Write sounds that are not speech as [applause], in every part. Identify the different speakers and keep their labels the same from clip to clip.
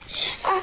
Speaker 1: [laughs] out.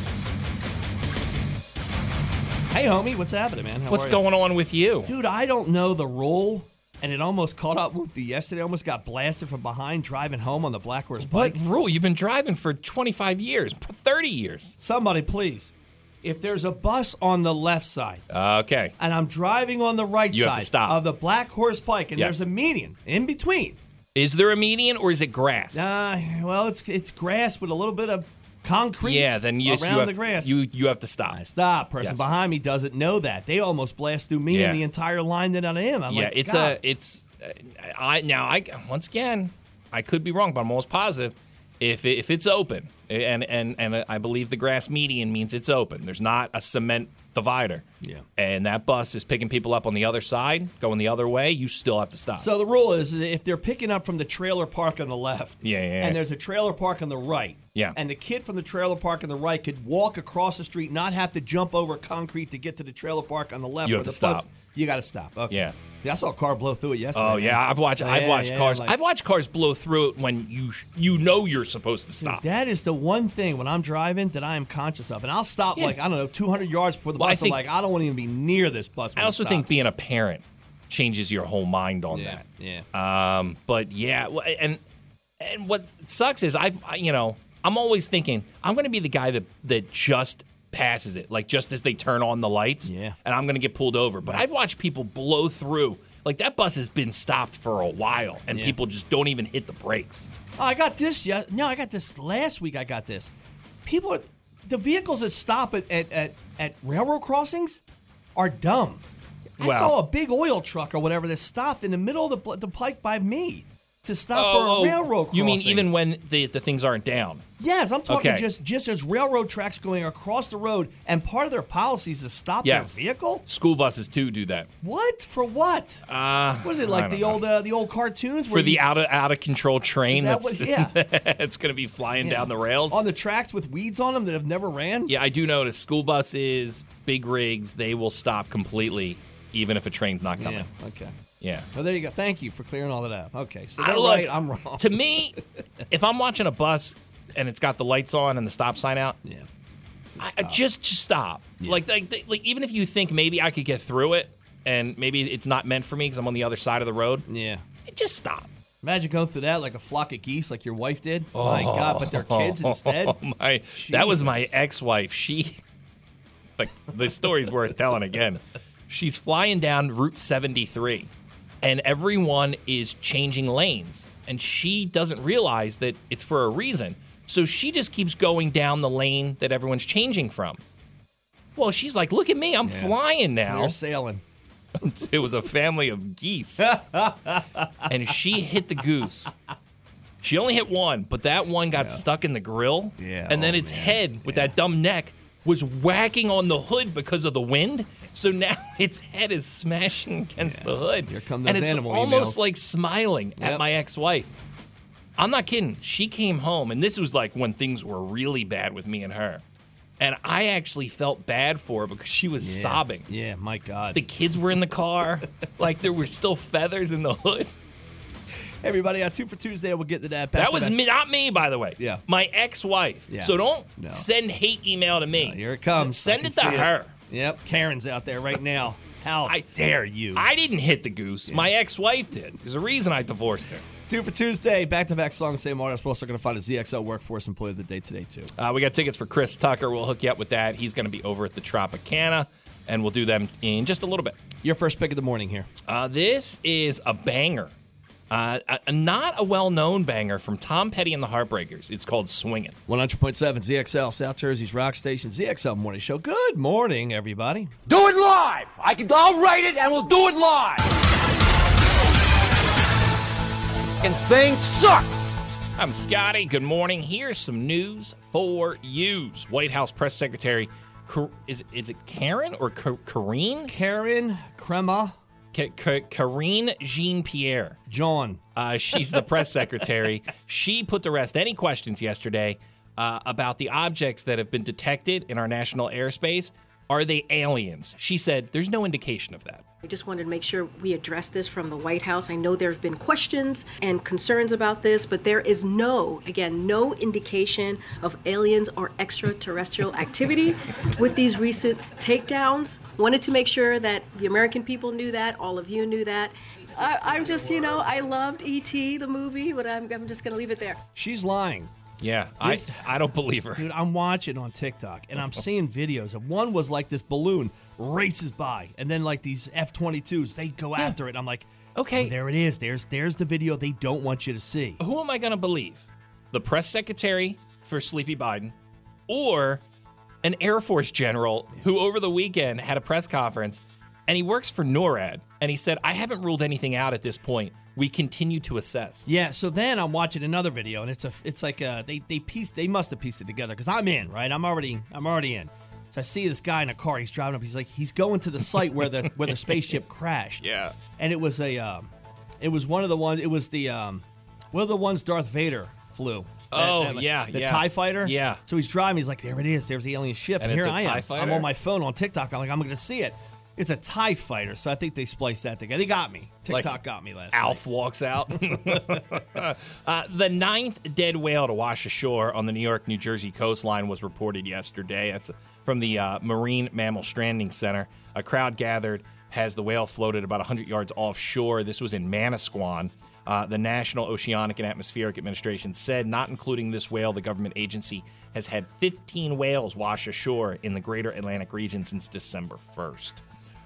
Speaker 2: Hey, homie, what's happening, man? How
Speaker 3: What's
Speaker 2: are ya?
Speaker 3: going on with you?
Speaker 2: Dude, I don't know the rule, and it almost caught up with me yesterday. I almost got blasted from behind driving home on the Black Horse bike.
Speaker 3: What rule? You've been driving for 25 years, p- 30 years.
Speaker 2: Somebody, please. If there's a bus on the left side
Speaker 3: Okay.
Speaker 2: and I'm driving on the right
Speaker 3: Uh, You have
Speaker 2: side
Speaker 3: to stop.
Speaker 2: of the Black Horse Pike and
Speaker 3: Yes.
Speaker 2: there's a median in between,
Speaker 3: Is there a median or is it grass?
Speaker 2: uh, well, it's it's grass with a little bit of concrete
Speaker 3: yeah, then yes,
Speaker 2: around
Speaker 3: you have
Speaker 2: the grass.
Speaker 3: You you have to stop.
Speaker 2: Stop. Person
Speaker 3: Yes.
Speaker 2: behind me doesn't know that. They almost blast through me
Speaker 3: Yeah.
Speaker 2: and the entire line that I am. I'm
Speaker 3: yeah,
Speaker 2: like,
Speaker 3: it's
Speaker 2: God.
Speaker 3: a it's uh, I now I once again I could be wrong, but I'm almost positive if it, if it's open and and and I believe the grass median means it's open. There's not a cement divider.
Speaker 2: Yeah.
Speaker 3: And that bus is picking people up on the other side, going the other way, you still have to stop.
Speaker 2: So the rule is that if they're picking up from the trailer park on the left,
Speaker 3: Yeah, yeah, yeah.
Speaker 2: and there's a trailer park on the right,
Speaker 3: Yeah.
Speaker 2: and the kid from the trailer park on the right could walk across the street, not have to jump over concrete to get to the trailer park on the left.
Speaker 3: You have
Speaker 2: where
Speaker 3: to
Speaker 2: the
Speaker 3: stop.
Speaker 2: bus- you got to stop. Okay.
Speaker 3: Yeah.
Speaker 2: I saw a car blow through it yesterday.
Speaker 3: Oh yeah, I've watched. I've
Speaker 2: Yeah,
Speaker 3: watched
Speaker 2: yeah,
Speaker 3: cars.
Speaker 2: like-
Speaker 3: I've watched cars blow through it when you sh- you know you're supposed to stop.
Speaker 2: That is the one thing when I'm driving that I am conscious of, and I'll stop
Speaker 3: Yeah.
Speaker 2: like I don't know 200 yards before the
Speaker 3: Well, I
Speaker 2: bus.
Speaker 3: think-
Speaker 2: I'm like I don't want to even be near this bus. when
Speaker 3: I
Speaker 2: it
Speaker 3: also think
Speaker 2: stops.
Speaker 3: being a parent changes your whole mind on
Speaker 2: yeah, yeah.
Speaker 3: that. Um, but yeah, wh- and and what sucks is I've I, you know I'm always thinking I'm going to be the guy that that just passes it like just as they turn on the lights.
Speaker 2: Yeah.
Speaker 3: and I'm going to get pulled over. But I've watched people blow through. Like that bus has been stopped for a while, and
Speaker 2: Yeah.
Speaker 3: people just don't even hit the brakes.
Speaker 2: Oh, I got this. Yeah, no, I got this last week. I got this. People, are, the vehicles that stop at at, at, at railroad crossings are dumb. I
Speaker 3: Well-
Speaker 2: saw a big oil truck or whatever that stopped in the middle of the pl- the pike by me to stop for a railroad crossing.
Speaker 3: Oh, You mean even when the the things aren't down?
Speaker 2: Yes, I'm talking
Speaker 3: Okay.
Speaker 2: just just there's railroad tracks going across the road, and part of their policy is to stop
Speaker 3: Yes.
Speaker 2: their vehicle.
Speaker 3: School buses too do that
Speaker 2: What for? What? Uh, what is it
Speaker 3: I
Speaker 2: like
Speaker 3: don't
Speaker 2: the
Speaker 3: know.
Speaker 2: old uh, the old cartoons
Speaker 3: for
Speaker 2: where
Speaker 3: the
Speaker 2: you-
Speaker 3: out of out of control train
Speaker 2: that
Speaker 3: [laughs] that's
Speaker 2: what- yeah.
Speaker 3: it's going to be flying
Speaker 2: Yeah.
Speaker 3: down the rails.
Speaker 2: on the tracks with weeds on them that have never ran?
Speaker 3: yeah, I do notice school buses, big rigs, they will stop completely even if a train's not coming.
Speaker 2: yeah. Okay.
Speaker 3: Yeah.
Speaker 2: Well, there you go. Thank you for clearing all that up. Okay, so
Speaker 3: I
Speaker 2: they're
Speaker 3: look-
Speaker 2: right, I'm wrong.
Speaker 3: To me, if I'm watching a bus and it's got the lights on and the stop sign out,
Speaker 2: yeah,
Speaker 3: I, I just just stop. Like, like like even if you think maybe I could get through it and maybe it's not meant for me cuz I'm on the other side of the road,
Speaker 2: yeah.
Speaker 3: just stop.
Speaker 2: Imagine going through that like a flock of geese, like your wife did. Oh my God! But they're kids instead.
Speaker 3: [laughs] Oh my! That was my
Speaker 2: Jesus.
Speaker 3: ex-wife. She, [laughs] like, the story's worth telling again. She's flying down Route 73, and everyone is changing lanes, and she doesn't realize that it's for a reason. So she just keeps going down the lane that everyone's changing from. Well, she's like, "Look at me! I'm flying now."
Speaker 2: They're sailing.
Speaker 3: [laughs] it was a family
Speaker 2: [laughs]
Speaker 3: of geese. and she hit the goose. She only hit one, but that one got stuck in the grill.
Speaker 2: Yeah,
Speaker 3: And then
Speaker 2: oh,
Speaker 3: its head with that dumb neck was whacking on the hood because of the wind. So now [laughs] its head is smashing against the hood.
Speaker 2: Here come
Speaker 3: and
Speaker 2: those
Speaker 3: it's
Speaker 2: animal
Speaker 3: almost
Speaker 2: emails.
Speaker 3: like smiling
Speaker 2: Yep.
Speaker 3: at my ex-wife. I'm not kidding. She came home, and this was like when things were really bad with me and her. And I actually felt bad for her because she was
Speaker 2: Yeah.
Speaker 3: sobbing
Speaker 2: Yeah, my God.
Speaker 3: the kids were in the car.
Speaker 2: [laughs]
Speaker 3: like there were still feathers in the hood.
Speaker 2: Everybody, on two for Tuesday. We'll get to that. Back
Speaker 3: That
Speaker 2: to
Speaker 3: was
Speaker 2: back.
Speaker 3: me, not me, by the way.
Speaker 2: Yeah.
Speaker 3: My ex-wife.
Speaker 2: Yeah.
Speaker 3: So don't
Speaker 2: No.
Speaker 3: send hate email to me.
Speaker 2: Oh, here it comes. I
Speaker 3: Send
Speaker 2: can
Speaker 3: it to
Speaker 2: see
Speaker 3: her.
Speaker 2: Yep, Karen's out there right
Speaker 3: [laughs]
Speaker 2: now. How
Speaker 3: I-
Speaker 2: dare you?
Speaker 3: I didn't hit the goose. My ex-wife did. There's a reason I divorced her.
Speaker 2: two for Tuesday. Back to back song, same artist. We're also going to find a ZXL workforce employee of the day today too.
Speaker 3: Uh, we got tickets for Chris Tucker. We'll hook you up with that. He's going to be over at the Tropicana, and we'll do them in just a little bit.
Speaker 2: Your first pick of the morning here.
Speaker 3: Uh, this is a banger. Uh, a, a- not a well-known banger from Tom Petty and the Heartbreakers. It's called Swingin'.
Speaker 2: 100.7 ZXL, South Jersey's rock station, ZXL Morning Show. Good morning, everybody.
Speaker 4: Do it live. I can. I'll write it, and we'll do it live. Fucking thing sucks.
Speaker 3: I'm Scotty. Good morning. Here's some news for yous. White House press secretary Ka- is is it Karen or Ka- Karine?
Speaker 2: Karen, Crema,
Speaker 3: Ka- Ka- Karine Jean Pierre.
Speaker 2: John.
Speaker 3: Uh, she's the press secretary. She put to rest any questions yesterday uh, about the objects that have been detected in our national airspace. Are they aliens? She said there's no indication of that.
Speaker 5: I just wanted to make sure we address this from the White House. I know there have been questions and concerns about this, but there is no, again, no indication of aliens or extraterrestrial activity with these recent takedowns. Wanted to make sure that the American people knew that, all of you knew that. I, I'm just, you know, I loved E.T., the movie, but I'm, I'm just going to leave it there.
Speaker 2: She's lying.
Speaker 3: Yeah, I,
Speaker 2: This-
Speaker 3: I don't
Speaker 2: [laughs]
Speaker 3: believe her.
Speaker 2: Dude, I'm watching on TikTok and I'm seeing videos, and one was like this balloon races by, and then like these F-22s, they go after it. I'm like,
Speaker 3: Okay.
Speaker 2: well, there it is. There's there's the video they don't want you to see.
Speaker 3: who am I going to believe? The press secretary for Sleepy Biden or an Air Force general who over the weekend had a press conference and he works for NORAD and he said, I haven't ruled anything out at this point. We continue to assess.
Speaker 2: Yeah, so then I'm watching another video, and it's a, it's like uh they they pieced, they must have pieced it together because I'm in, right? I'm already, I'm already in. So I see this guy in a car. He's driving up. He's like, he's going to the site where the where the
Speaker 3: [laughs]
Speaker 2: spaceship crashed.
Speaker 3: Yeah.
Speaker 2: and it was a, um, it was one of the ones. It was the, um, one of the ones Darth Vader flew.
Speaker 3: Oh,
Speaker 2: that-
Speaker 3: yeah,
Speaker 2: the
Speaker 3: yeah.
Speaker 2: Tie Fighter.
Speaker 3: Yeah.
Speaker 2: So he's driving. He's like, there it is. There's the alien ship,
Speaker 3: And
Speaker 2: here
Speaker 3: it's a
Speaker 2: I
Speaker 3: TIE
Speaker 2: am. I'm
Speaker 3: fighter?
Speaker 2: on my phone on TikTok. I'm like, I'm going to see it. It's a Tie Fighter. So I think they spliced that together. They got me.
Speaker 3: Like
Speaker 2: TikTok got me last. night.
Speaker 3: Alf walks out. [laughs] uh, the ninth dead whale to wash ashore on the New York, New Jersey coastline was reported yesterday. That's from the uh, Marine Mammal Stranding Center. A crowd gathered as the whale floated about 100 yards offshore. This was in Manasquan. Uh, the National Oceanic and Atmospheric Administration said, not including this whale, the government agency has had 15 whales wash ashore in the greater Atlantic region since December 1st.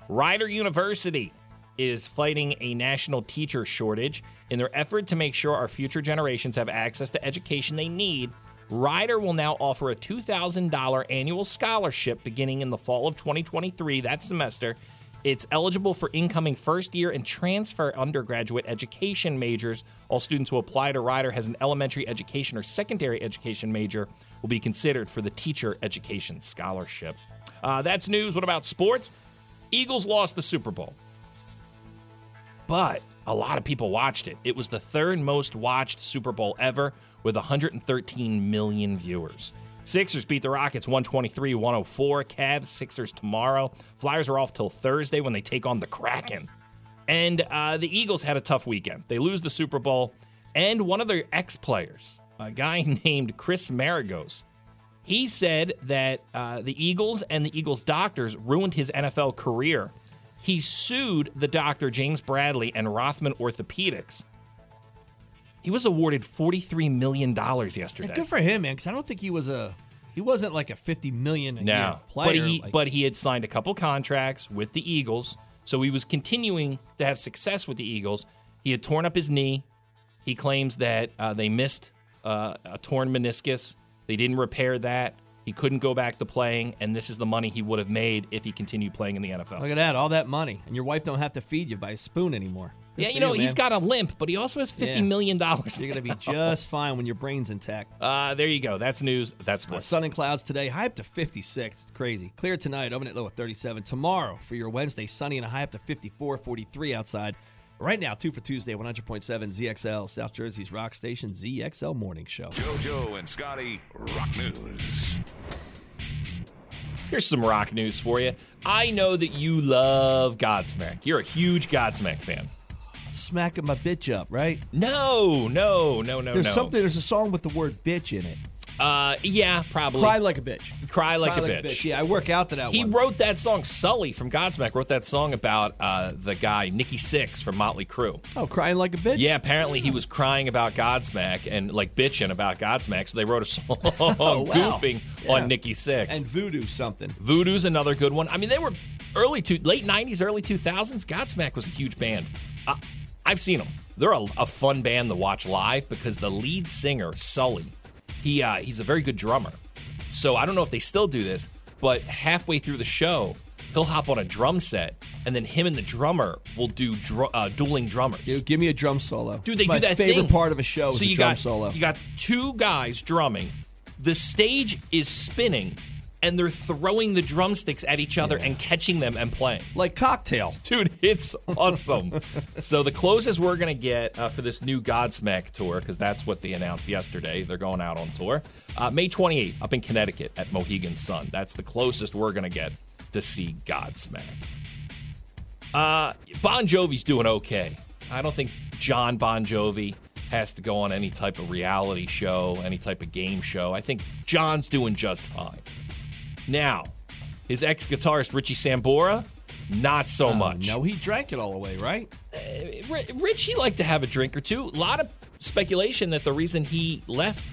Speaker 3: Rider University is fighting a national teacher shortage. In their effort to make sure our future generations have access to education they need, Ryder will now offer a $2,000 annual scholarship beginning in the fall of 2023, that semester. It's eligible for incoming first year and transfer undergraduate education majors. All students who apply to Ryder as an elementary education or secondary education major will be considered for the teacher education scholarship. Uh, that's news. What about sports? Eagles lost the Super Bowl but a lot of people watched it. It was the third most watched Super Bowl ever with 113 million viewers. Sixers beat the Rockets 123 104. Cavs, Sixers tomorrow. Flyers are off till Thursday when they take on the Kraken. And uh, the Eagles had a tough weekend. They lose the Super Bowl, and one of their ex players, a guy [laughs] named Chris Maragos, he said that uh, the Eagles and the Eagles doctors ruined his NFL career. He sued the doctor James Bradley and Rothman Orthopedics. He was awarded $43 million yesterday.
Speaker 2: Yeah, good for him, man. Because I don't think he was a, he wasn't like a fifty million a year
Speaker 3: No,
Speaker 2: player.
Speaker 3: but he
Speaker 2: like-
Speaker 3: but he had signed a couple contracts with the Eagles, so he was continuing to have success with the Eagles. He had torn up his knee. He claims that uh, they missed uh, a torn meniscus. They didn't repair that. He couldn't go back to playing, and this is the money he would have made if he continued playing in the NFL.
Speaker 2: look at that, all that money, and your wife don't have to feed you by a spoon anymore. Good
Speaker 3: yeah,
Speaker 2: for
Speaker 3: you know he's
Speaker 2: man.
Speaker 3: got a limp, but he also has
Speaker 2: Yeah.
Speaker 3: fifty million dollars.
Speaker 2: [laughs] You're gonna be just fine when your brain's intact.
Speaker 3: [laughs] Uh, there you go. That's news. That's sports.
Speaker 2: Sun and clouds today, high up to 56. It's crazy. Clear tonight, open at low at 37. Tomorrow for your Wednesday, sunny and a high up to 54, 43 outside. Right now, two for Tuesday, 100.7 ZXL, South Jersey's rock station, ZXL Morning Show.
Speaker 6: JoJo and Scotty Rock News.
Speaker 3: Here's some rock news for you. I know that you love Godsmack. You're a huge Godsmack fan.
Speaker 2: Smacking my bitch up, right?
Speaker 3: No, no, no, Oh, no,
Speaker 2: There's
Speaker 3: no.
Speaker 2: something, there's a song with the word bitch in it.
Speaker 3: Uh, yeah, probably.
Speaker 2: Cry like a bitch.
Speaker 3: Cry like, a, bitch.
Speaker 2: Yeah, I work out to that
Speaker 3: He
Speaker 2: one.
Speaker 3: wrote that song. Sully from Godsmack wrote that song about uh, the guy Nikki Six from Motley Crue.
Speaker 2: oh, crying like a bitch?
Speaker 3: Yeah, apparently he was crying about Godsmack and like bitching about Godsmack, so they wrote a [laughs] song
Speaker 2: Oh, wow.
Speaker 3: goofing
Speaker 2: Yeah.
Speaker 3: on Nikki Six.
Speaker 2: And voodoo something.
Speaker 3: Voodoo's another good one. I mean, they were early to late '90s, early 2000s. Godsmack was a huge band. Uh, I've seen them. They're a, a fun band to watch live because the lead singer Sully, he uh, he's a very good drummer. So I don't know if they still do this, but halfway through the show, he'll hop on a drum set, and then him and the drummer will do dr- uh, dueling drummers.
Speaker 2: Dude, give me a drum solo.
Speaker 3: Dude, they
Speaker 2: My
Speaker 3: do that
Speaker 2: favorite
Speaker 3: thing.
Speaker 2: part of a show is
Speaker 3: So
Speaker 2: a
Speaker 3: you
Speaker 2: drum
Speaker 3: got
Speaker 2: solo.
Speaker 3: you got two guys drumming. The stage is spinning, and they're throwing the drumsticks at each other and catching them and playing.
Speaker 2: like cocktail.
Speaker 3: [laughs] Dude, it's awesome. so the closest we're gonna get uh, for this new Godsmack tour, because that's what they announced yesterday. They're going out on tour uh, May 28th up in Connecticut at Mohegan Sun. That's the closest we're gonna get to see Godsmack. Uh, bon Jovi's doing okay. I don't think John Bon Jovi has to go on any type of reality show, any type of game show. I think John's doing just fine. Now, his ex guitarist Richie Sambora, not so much.
Speaker 2: No, he drank it all away, right?
Speaker 3: Ri- Richie liked to have a drink or two. A lot of speculation that the reason he left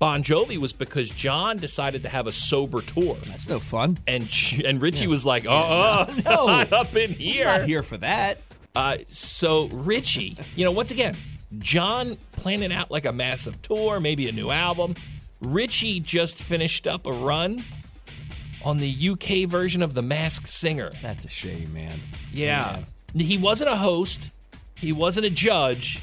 Speaker 3: Bon Jovi was because John decided to have a sober tour,
Speaker 2: That's no fun.
Speaker 3: and and Richie was like, "Uh, uh
Speaker 2: no.
Speaker 3: [laughs] not up in
Speaker 2: I'm not here for that.
Speaker 3: uh, so Richie, you know, once again, John planning out like a massive tour, maybe a new album. Richie just finished up a run on the UK version of The Masked Singer.
Speaker 2: That's a shame, man.
Speaker 3: Yeah. He wasn't a host, he wasn't a judge.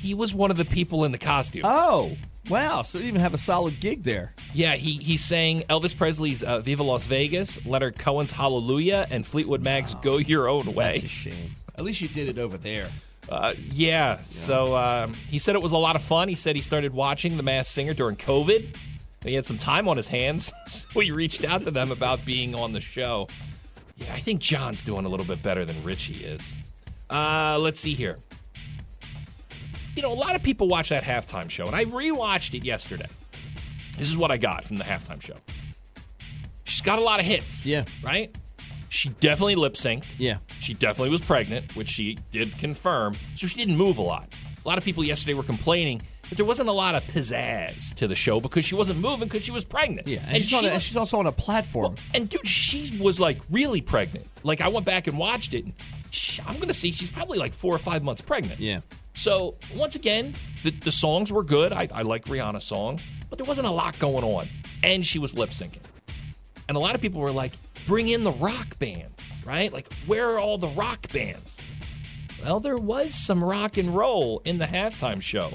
Speaker 3: He was one of the people in the costumes.
Speaker 2: Oh, wow. So you even have a solid gig there.
Speaker 3: Yeah, he, he sang Elvis Presley's uh, Viva Las Vegas, Leonard Cohen's Hallelujah, and Fleetwood Mac's Go Your Own Way.
Speaker 2: It's a shame. At least you did it over there.
Speaker 3: Uh, yeah. So um, he said it was a lot of fun. He said he started watching The Masked Singer during COVID. And he had some time on his hands, [laughs] so he reached out to them about being on the show. Yeah, I think John's doing a little bit better than Richie is. Uh, let's see here. You know, a lot of people watch that halftime show, and I rewatched it yesterday. This is what I got from the halftime show. She's got a lot of hits.
Speaker 2: Yeah.
Speaker 3: Right? She definitely lip synced.
Speaker 2: Yeah.
Speaker 3: She definitely was pregnant, which she did confirm. So she didn't move a lot. A lot of people yesterday were complaining that there wasn't a lot of pizzazz to the show because she wasn't moving because she was pregnant.
Speaker 2: Yeah. And, she's, on a-
Speaker 3: was-
Speaker 2: she's also on a platform.
Speaker 3: and dude, she was like really pregnant. Like I went back and watched it. And sh I'm gonna see she's probably like four or five months pregnant.
Speaker 2: Yeah.
Speaker 3: So once again, the, the songs were good. I, I like Rihanna's songs, but there wasn't a lot going on, and she was lip syncing. And a lot of people were like, "Bring in the rock band, right? Like, where are all the rock bands?" Well, there was some rock and roll in the halftime show.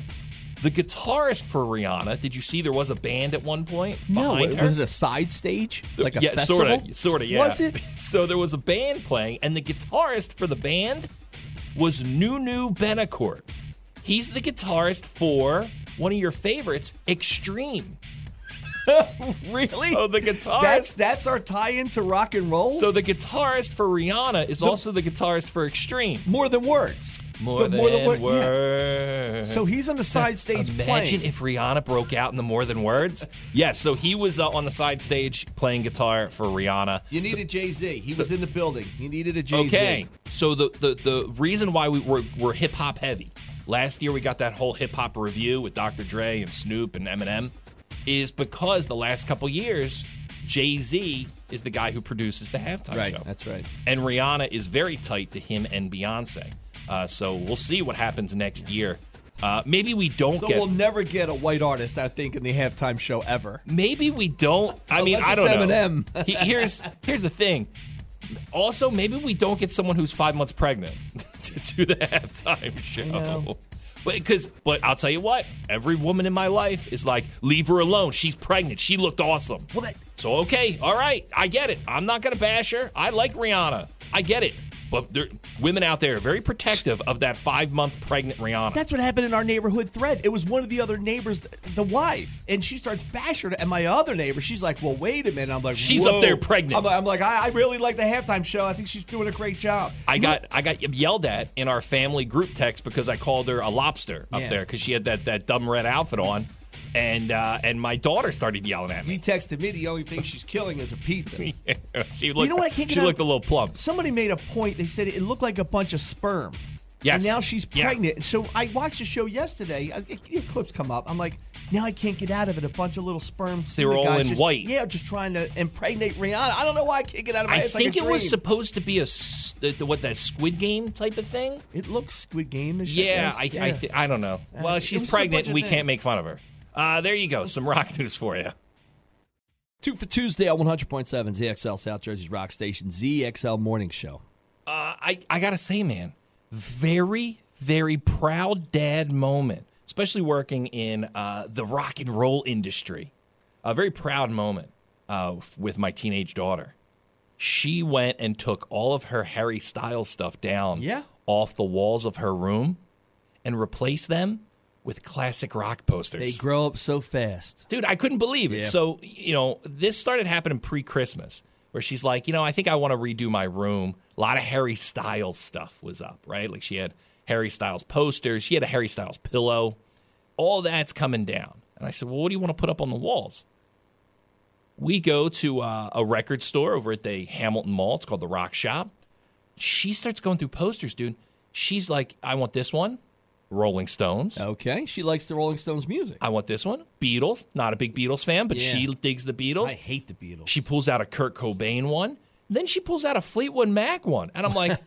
Speaker 3: The guitarist for Rihanna, did you see there was a band at one point? behind her?
Speaker 2: was it a side stage? Like a
Speaker 3: yeah,
Speaker 2: festival?
Speaker 3: sort of, sort of, yeah.
Speaker 2: Was it?
Speaker 3: [laughs] So there was a band playing, and the guitarist for the band was Nunu Benacourt. He's the guitarist for one of your favorites, Extreme.
Speaker 2: [laughs] Really?
Speaker 3: So Oh, the guitarist,
Speaker 2: That's that's our tie-in to rock and roll.
Speaker 3: so the guitarist for Rihanna is also the guitarist for Extreme.
Speaker 2: more than words.
Speaker 3: More,
Speaker 2: The
Speaker 3: than,
Speaker 2: word- yeah.
Speaker 3: words.
Speaker 2: So he's on the side stage
Speaker 3: Imagine
Speaker 2: playing.
Speaker 3: if Rihanna broke out in the More
Speaker 2: [laughs]
Speaker 3: Than Words. yes, so he was uh, on the side stage playing guitar for Rihanna.
Speaker 2: you needed Jay Z. He was in the building. You needed a Jay Z.
Speaker 3: Okay. So the, the the reason why we were we're hip hop heavy last year we got that whole hip hop review with Dr. Dre and Snoop and Eminem is because the last couple years Jay Z is the guy who produces the halftime
Speaker 2: Right.
Speaker 3: show,
Speaker 2: That's right.
Speaker 3: and Rihanna is very tight to him and Beyonce. Uh, so we'll see what happens next year. Uh, maybe we don't
Speaker 2: So
Speaker 3: get.
Speaker 2: we'll never get a white artist, I think, in the halftime show ever.
Speaker 3: Maybe we don't. I mean,
Speaker 2: Unless
Speaker 3: I
Speaker 2: it's
Speaker 3: don't know.
Speaker 2: Eminem.
Speaker 3: [laughs] He- here's here's the thing. Also, maybe we don't get someone who's five months pregnant [laughs] to do the halftime show. But because, but I'll tell you what, every woman in my life is like, leave her alone. She's pregnant. She looked awesome.
Speaker 2: Well, that-
Speaker 3: so okay, all right, I get it. I'm not gonna bash her. I like Rihanna. I get it. But there, women out there are very protective of that five month pregnant Rihanna.
Speaker 2: That's what happened in our neighborhood thread. It was one of the other neighbors, th- the wife, and she starts bashing her. And my other neighbor, she's like, "Well, wait a minute." I'm like,
Speaker 3: She's up
Speaker 2: "Whoa."
Speaker 3: there pregnant.
Speaker 2: I'm, I'm like, I, I really like the halftime show. I think she's doing a great job.
Speaker 3: I got I got yelled at in our family group text because I called her a lobster up
Speaker 2: Yeah.
Speaker 3: there because she had that, that dumb red outfit on, and uh, and my daughter started yelling at
Speaker 2: He
Speaker 3: me.
Speaker 2: texted me. The only thing she's killing is a pizza.
Speaker 3: [laughs] she looked
Speaker 2: what I can't get
Speaker 3: she
Speaker 2: out-
Speaker 3: looked a little plump.
Speaker 2: Somebody made a point. They said it looked like a bunch of sperm.
Speaker 3: Yes.
Speaker 2: And now she's
Speaker 3: Yeah.
Speaker 2: pregnant. So I watched the show yesterday. I, it, it- clips come up. I'm like, now I can't get out of it. A bunch of little sperm.
Speaker 3: They were
Speaker 2: guys
Speaker 3: all in
Speaker 2: just-
Speaker 3: white.
Speaker 2: Yeah, just trying to impregnate Rihanna. I don't know why I can't get out of my
Speaker 3: I
Speaker 2: head. It's like
Speaker 3: think
Speaker 2: a
Speaker 3: it was
Speaker 2: dream.
Speaker 3: supposed to be a s- the- the- what that Squid Game type of thing.
Speaker 2: It looks Squid Game.
Speaker 3: Yeah, I I, th- I don't know.
Speaker 2: Uh, it
Speaker 3: Well,
Speaker 2: was
Speaker 3: she's
Speaker 2: just a bunch
Speaker 3: pregnant.
Speaker 2: of
Speaker 3: We
Speaker 2: things.
Speaker 3: can't make fun of her. Uh, there you go. Some rock news for you.
Speaker 2: Two for Tuesday on 100.7 ZXL South Jersey's Rock Station ZXL Morning Show.
Speaker 3: Uh, I I gotta say, man, very very proud dad moment, especially working in uh, the rock and roll industry. A very proud moment uh, f- with my teenage daughter. She went and took all of her Harry Styles stuff down
Speaker 2: Yeah.
Speaker 3: off the walls of her room and replaced them with classic rock posters.
Speaker 2: They grow up so fast.
Speaker 3: Dude, I couldn't believe it.
Speaker 2: Yeah.
Speaker 3: So, you know, this started happening pre Christmas where she's like, you know, I think I want to redo my room. A lot of Harry Styles stuff was up, right? Like she had Harry Styles posters, she had a Harry Styles pillow. All that's coming down. And I said, well, what do you want to put up on the walls? We go to uh, a record store over at the Hamilton Mall. It's called the Rock Shop. She starts going through posters, dude. She's like, I want this one, Rolling Stones.
Speaker 2: Okay, she likes the Rolling Stones music.
Speaker 3: I want this one. Beatles. Not a big Beatles fan, but
Speaker 2: Yeah.
Speaker 3: she digs the Beatles.
Speaker 2: I hate the Beatles.
Speaker 3: She pulls out a Kurt Cobain one. Then she pulls out a Fleetwood Mac one. And
Speaker 2: [laughs]
Speaker 3: I'm like,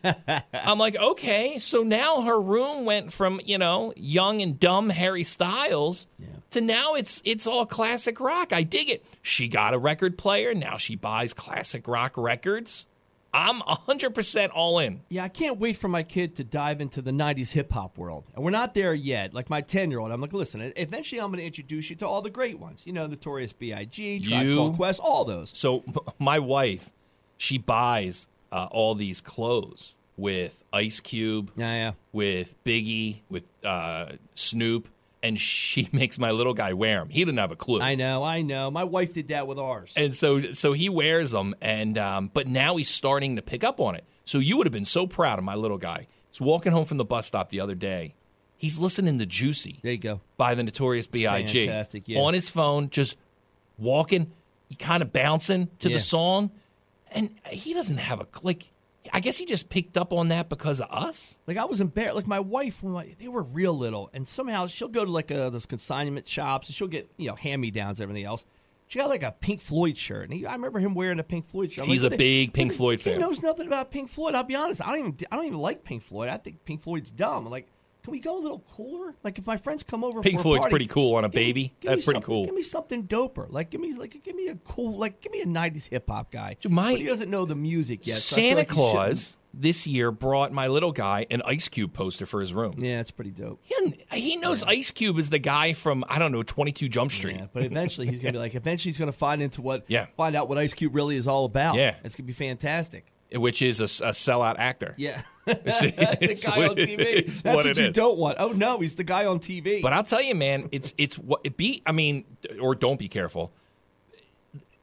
Speaker 3: I'm like, okay. So now her room went from, you know, young and dumb Harry Styles to now it's it's all classic rock. I dig it. She got a record player. Now she buys classic rock records. I'm 100% all in.
Speaker 2: Yeah, I can't wait for my kid to dive into the 90s hip hop world. And we're not there yet. Like my 10 year old, I'm like, listen, e-, eventually I'm going to introduce you to all the great ones. You know, Notorious B.I.G., Tribe
Speaker 3: You-
Speaker 2: Called Quest, all those.
Speaker 3: So [laughs] m- my wife, she buys uh, all these clothes with Ice Cube,
Speaker 2: Yeah, yeah.
Speaker 3: with Biggie, with uh, Snoop, and she [laughs] makes my little guy wear them. He didn't have a clue.
Speaker 2: I know, I know. My wife did that with ours.
Speaker 3: And so so he wears them, and um, but now he's starting to pick up on it. So you would have been so proud of my little guy. He's walking home from the bus stop the other day. He's listening to Juicy
Speaker 2: there you go.
Speaker 3: by the Notorious B.I.G.
Speaker 2: fantastic, yeah.
Speaker 3: on his phone, just walking, kind of bouncing to
Speaker 2: Yeah.
Speaker 3: the song, and he doesn't have a like. I guess he just picked up on that because of us.
Speaker 2: Like I was embarrassed. Like my wife, when I- they were real little, and somehow she'll go to like uh those consignment shops and she'll get you know hand me downs, everything else. She got like a Pink Floyd shirt, and he, I remember him wearing a Pink Floyd shirt. I'm
Speaker 3: He's
Speaker 2: like,
Speaker 3: a
Speaker 2: "What the-
Speaker 3: big Pink
Speaker 2: what the-
Speaker 3: Floyd
Speaker 2: he
Speaker 3: fan."
Speaker 2: knows nothing about Pink Floyd. I'll be honest. I don't even I don't even like Pink Floyd. I think Pink Floyd's dumb. I'm like, can we go a little cooler? Like if my friends come over,
Speaker 3: Pink
Speaker 2: for a
Speaker 3: Floyd's
Speaker 2: party,
Speaker 3: pretty cool on a
Speaker 2: give me-
Speaker 3: baby.
Speaker 2: give me
Speaker 3: That's pretty
Speaker 2: something-
Speaker 3: cool.
Speaker 2: Give me something doper. Like give me like give me a cool like give me a '90s hip hop guy.
Speaker 3: Dude, my-
Speaker 2: but he doesn't know the music yet. so I feel
Speaker 3: Santa
Speaker 2: like he shouldn't-
Speaker 3: Claus this year brought my little guy an Ice Cube poster for his room.
Speaker 2: Yeah, it's pretty dope.
Speaker 3: And he knows Ice Cube is the guy from I don't know 22 Jump Street.
Speaker 2: Yeah, but eventually he's gonna be like, eventually he's gonna find into what,
Speaker 3: Yeah.
Speaker 2: find out what Ice Cube really is all about.
Speaker 3: Yeah.
Speaker 2: it's gonna be fantastic.
Speaker 3: Which is a, s- a sellout actor. [laughs]
Speaker 2: Yeah, [laughs] the guy
Speaker 3: what
Speaker 2: on
Speaker 3: it
Speaker 2: TV.
Speaker 3: is,
Speaker 2: That's
Speaker 3: what
Speaker 2: what,
Speaker 3: it
Speaker 2: you
Speaker 3: is.
Speaker 2: don't want. Oh no, he's the guy on TV.
Speaker 3: But I'll tell you, man, it's it's what it be. I mean, or don't be careful.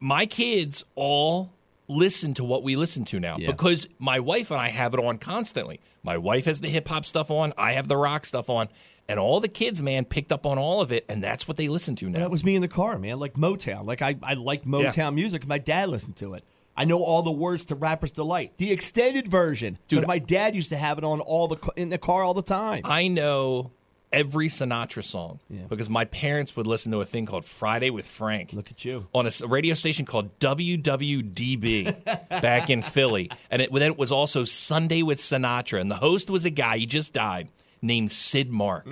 Speaker 3: My kids all listen to what we listen to now
Speaker 2: Yeah.
Speaker 3: because my wife and I have it on constantly. My wife has the hip hop stuff on. I have the rock stuff on, and all the kids, man, picked up on all of it, and that's what they listen to now.
Speaker 2: that was me in the car, man. Like Motown. Like I, I like Motown music. My dad listened to it. I know all the words to "Rapper's Delight," the extended version. Dude, my dad used to have it on all the in the car all the time.
Speaker 3: I know every Sinatra song because my parents would listen to a thing called Friday with Frank.
Speaker 2: Look at you.
Speaker 3: on a s- radio station called WWDB back in Philly, and it, then it was also Sunday with Sinatra, and the host was a guy he just died named Sid Mark,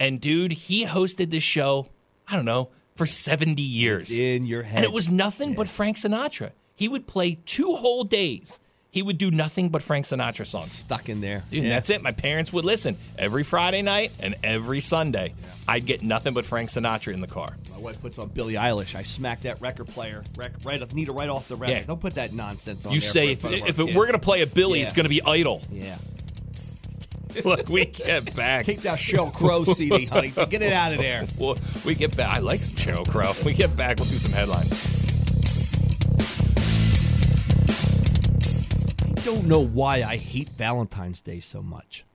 Speaker 3: and dude, he hosted this show. I don't know for seventy years
Speaker 2: in your head.
Speaker 3: and it was nothing but Frank Sinatra. He would play two whole days. He would do nothing but Frank Sinatra songs.
Speaker 2: stuck in there.
Speaker 3: Dude, and that's it. My parents would listen every Friday night and every Sunday. I'd get nothing but Frank Sinatra in the car.
Speaker 2: My wife puts on Billie Eilish. I smack that record player rec- right up, need it right off the record.
Speaker 3: Yeah.
Speaker 2: Don't put that nonsense on.
Speaker 3: You
Speaker 2: there
Speaker 3: say
Speaker 2: for-
Speaker 3: if,
Speaker 2: in front of
Speaker 3: if
Speaker 2: our
Speaker 3: it, we're
Speaker 2: kids.
Speaker 3: going to play a Billy,
Speaker 2: Yeah.
Speaker 3: it's going to be Idol. [laughs]
Speaker 2: yeah,
Speaker 3: Look, we get back.
Speaker 2: take that Shell
Speaker 3: [laughs]
Speaker 2: Crow CD, honey. Get it out of there.
Speaker 3: Well, we get back. I like some Cheryl Crow. We get back. We'll do some headlines.
Speaker 2: I don't know why I hate Valentine's Day so much.